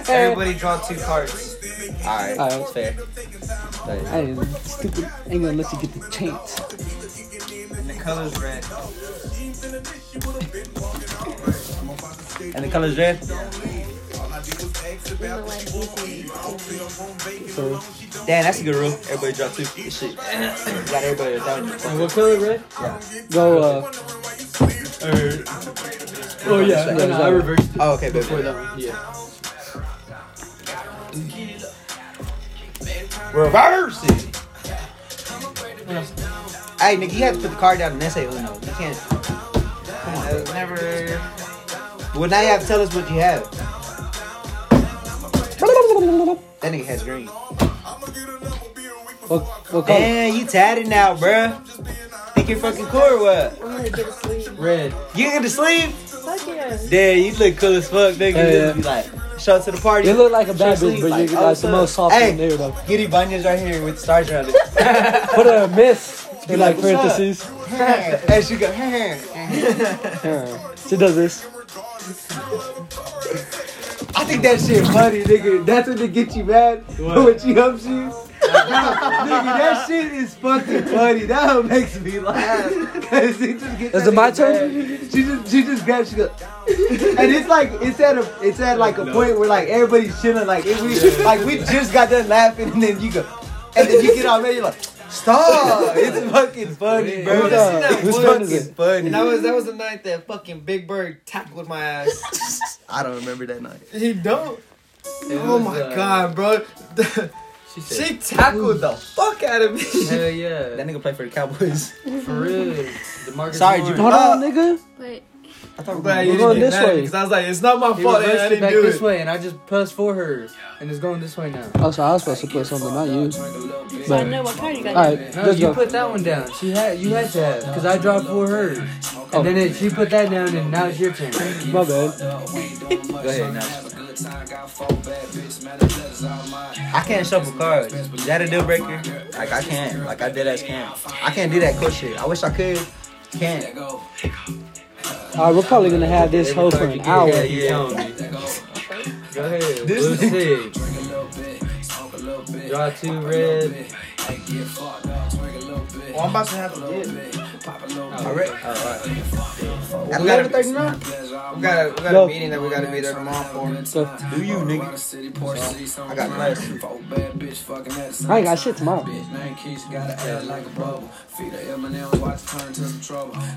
S1: Everybody draw two cards.
S4: All right,
S2: All right.
S4: that's fair.
S2: I am stupid. Ain't gonna let you get the chance.
S1: And the color's red.
S4: And the color's red.
S3: Your life easy.
S2: So
S4: Damn, that's a good rule. Everybody draw two. Good shit. You got everybody down.
S7: And what color, red?
S2: go. Uh,
S7: Oh yeah. No, no, I reversed it
S4: Oh, okay,
S7: for
S4: baby.
S7: that one. Yeah.
S4: Reverse it. Hey, nigga, you have to put the card down and then say Uno. You can't.
S1: I was never.
S4: Well, now you have to tell us what you have. That nigga has green.
S2: What, what color?
S4: Damn, you tatted now, bruh. Think you're fucking cool or what?
S3: I'm gonna get a sleeve.
S7: Red.
S4: You get to sleep?
S3: Fuck yeah.
S4: Damn, you look cool as fuck, nigga.
S2: Yeah,
S4: You
S2: yeah.
S4: be like, shout out to the party.
S2: You look like a bad bitch,
S4: Seriously,
S2: but
S4: like,
S2: you're like oh, the
S4: outside.
S2: most soft
S4: Hey.
S2: in there though.
S4: Giddy bunions right here with stars around it.
S2: Put a miss in like
S4: What's up?
S2: parentheses.
S4: hey, she go,
S2: She does this.
S4: I think that shit funny, nigga. That's what they get you mad when she humps you. nigga, that shit is fucking funny. That what makes me laugh. Cause it just gets
S2: Is
S4: that
S2: it my
S4: nigga
S2: turn?
S4: mad. She just, she just grabs. She goes, and it's like it's at a, it's at like a point where like everybody's chilling. Like if we, like we just got done laughing, and then you go, and then you get all ready, you're like, stop. It's fucking funny, bro.
S1: Who's,
S2: uh, whose turn is
S4: It's
S2: it?
S4: funny.
S1: That was that was the night that fucking Big Bird tackled my ass.
S4: I don't remember that night.
S1: he don't.
S7: It
S1: Oh
S7: was,
S1: my
S7: uh,
S1: god, bro.
S7: She said,
S1: she tackled the fuck out of me.
S7: Hell yeah.
S4: That nigga played for the Cowboys.
S7: For real. DeMarcus
S4: Sorry,
S7: Lawrence.
S4: you-
S2: Hold on,
S4: Uh,
S2: nigga.
S3: Wait.
S4: I thought we were
S1: But you
S2: We're
S1: didn't
S2: going
S1: get
S2: this
S1: mad
S2: way.
S1: because I was like, it's not my
S7: He
S1: fault. that I
S7: reversed it
S1: didn't
S7: back
S1: do
S7: this
S1: it.
S7: way, and I just pressed for her, and it's going this way now.
S2: Oh, sorry, I was supposed to put something, not you.
S3: I
S2: But
S3: know what card you got.
S2: alright,
S7: No,
S2: let's
S7: you
S2: go.
S7: put that one down. She had, you had to have, because I dropped for her, and
S2: Oh.
S7: then it, she put that down, and now it's your turn.
S2: My bad.
S7: Go ahead now.
S4: I can't shuffle cards. Is that a deal breaker? Like I can't. Like I did as can't. I can't do that cool shit. I wish I could. Can't. Oh,
S2: Alright, we're probably gonna have this hoe for an hour.
S7: Yeah, you telling me. Go ahead. Blue six. Draw two red.
S1: Oh, I'm about to have to get. it.
S4: All right. At 11:39.
S1: We got a, we got
S2: Yo.
S1: a meeting that we got to be there tomorrow for.
S2: So,
S4: Do
S7: Oh,
S4: you, nigga? I got class.
S2: I ain't got shit tomorrow.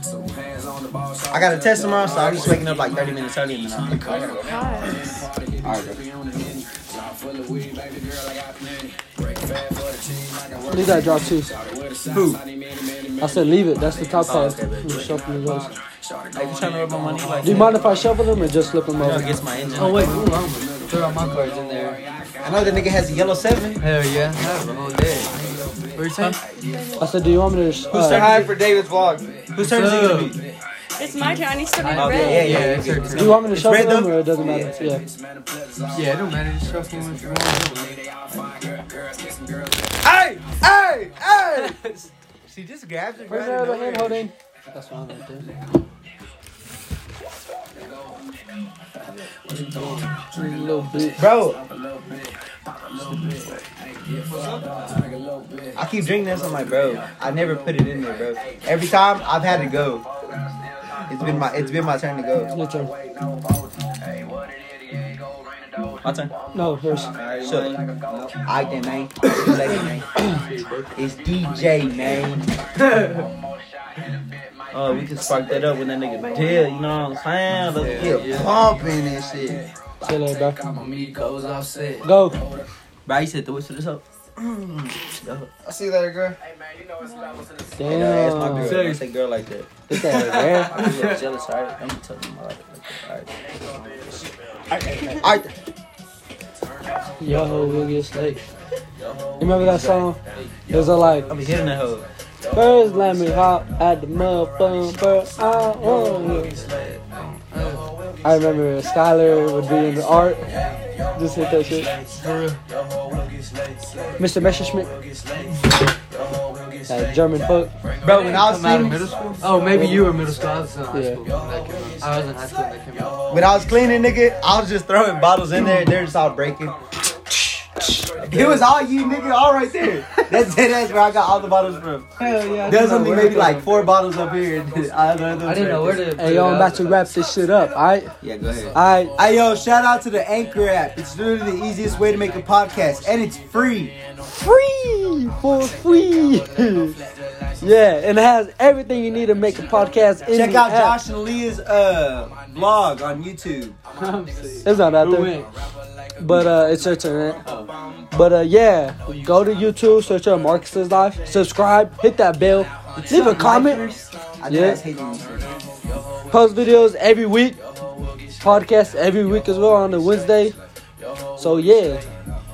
S4: I got a test tomorrow, so I'm just waking up like 30 minutes early. and then I'll-
S3: God.
S2: Leave that drop too.
S4: Who?
S2: I said leave it. That's the top
S7: Oh,
S2: part.
S7: okay, bet.
S2: You shuffle the ones.
S4: Are you trying to rub my money? Like,
S2: Do you mind if I shuffle them or just flip them
S4: No,
S2: over?
S4: against my engine.
S7: Oh, wait, ooh, I'm gonna throw all my cards in there.
S4: I know the nigga has a yellow seven.
S7: Hell yeah, I have a whole day. What you saying?
S2: I said, do you want me to? sh-
S1: Say
S2: Uh,
S1: hi for David's vlog.
S4: Whose turn is it gonna be?
S3: It's my turn. I need to be
S4: Oh,
S3: red.
S4: yeah, yeah,
S7: Yeah,
S4: yeah.
S7: it's her turn.
S2: do you want me to
S4: It's
S2: shuffle
S4: red
S2: them
S4: though?
S2: or it doesn't matter? Yeah.
S7: Yeah, it don't matter. Just shuffle them if you want.
S1: Hey, hey, hey!
S4: She just grabs it.
S2: Where's that other hand holding? That's mine right there.
S4: Bro. I keep drinking this. I'm like, bro, I never put it in there, bro. Every time I've had to go. It's been my it's been my turn to go.
S2: Your turn.
S4: My turn.
S2: No, hers.
S4: So I can name. It's DJ man. Oh, we can spark that up when that nigga deal, you know what I'm saying? Let's get pumping and shit.
S2: See you later, bro. Go.
S4: Bro, you said the whistle this up.
S1: I'll see you later, girl.
S4: That's my
S2: Damn.
S4: girl. Don't say girl like that.
S2: Get that hair.
S4: I'm just jealous, alright? I'm telling you, alright. Alright. Alright.
S2: Yo, we'll get slayed. You remember that song? It was all like,
S4: I'm hitting that hoe.
S2: first let me hop at the motherfucking first. I want it." I remember Skylar would be in the art. Just hit that shit. Mr. Messerschmidt. That German fuck.
S4: Bro, when I
S7: Come out
S4: was
S7: of
S4: cleaning,
S7: middle school? Oh, maybe you were middle school. I was in high school. when that came out. I was in high school when that came out.
S4: when I was cleaning, nigga, I was just throwing bottles in there. They're just all breaking. It was all you, nigga, all right there. That's that's where I got all the bottles from.
S2: Hell yeah.
S4: There's only maybe like four bottles up here. and all the others
S7: I didn't know where
S4: right there.
S7: to. put
S2: Hey,
S7: it.
S2: yo,
S7: I
S2: I'm
S7: was
S2: about to
S7: like,
S2: wrap this shit up. Alright?
S4: Yeah, go ahead.
S2: Alright.
S4: Hey yo, shout out to the Anchor app. It's literally the easiest way to make a podcast, and it's free.
S2: free for free. yeah, and it has everything you need to make a podcast. In
S4: Check
S2: the
S4: out
S2: app.
S4: Josh and Leah's uh vlog on YouTube.
S2: It's not out
S7: Who
S2: there,
S7: went? Oh.
S2: but uh, it's your turn. Right? But uh, yeah, go to YouTube, search up Marcus's Life, subscribe, hit that bell, leave a comment,
S4: I
S2: Yeah.
S4: just hate them.
S2: post videos every week, podcast every week as well on a Wednesday. So yeah,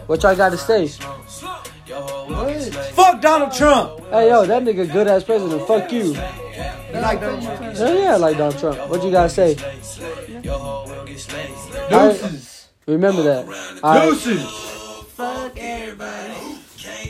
S2: what y'all got to say?
S7: What?
S4: Fuck Donald Trump.
S2: Hey yo, that nigga good ass president. Fuck you.
S4: You like Donald Trump?
S2: Hell yeah, I like Donald Trump. What you guys say? I-
S5: Deuces.
S2: remember that. I-
S5: Deuces.
S6: Fuck everybody.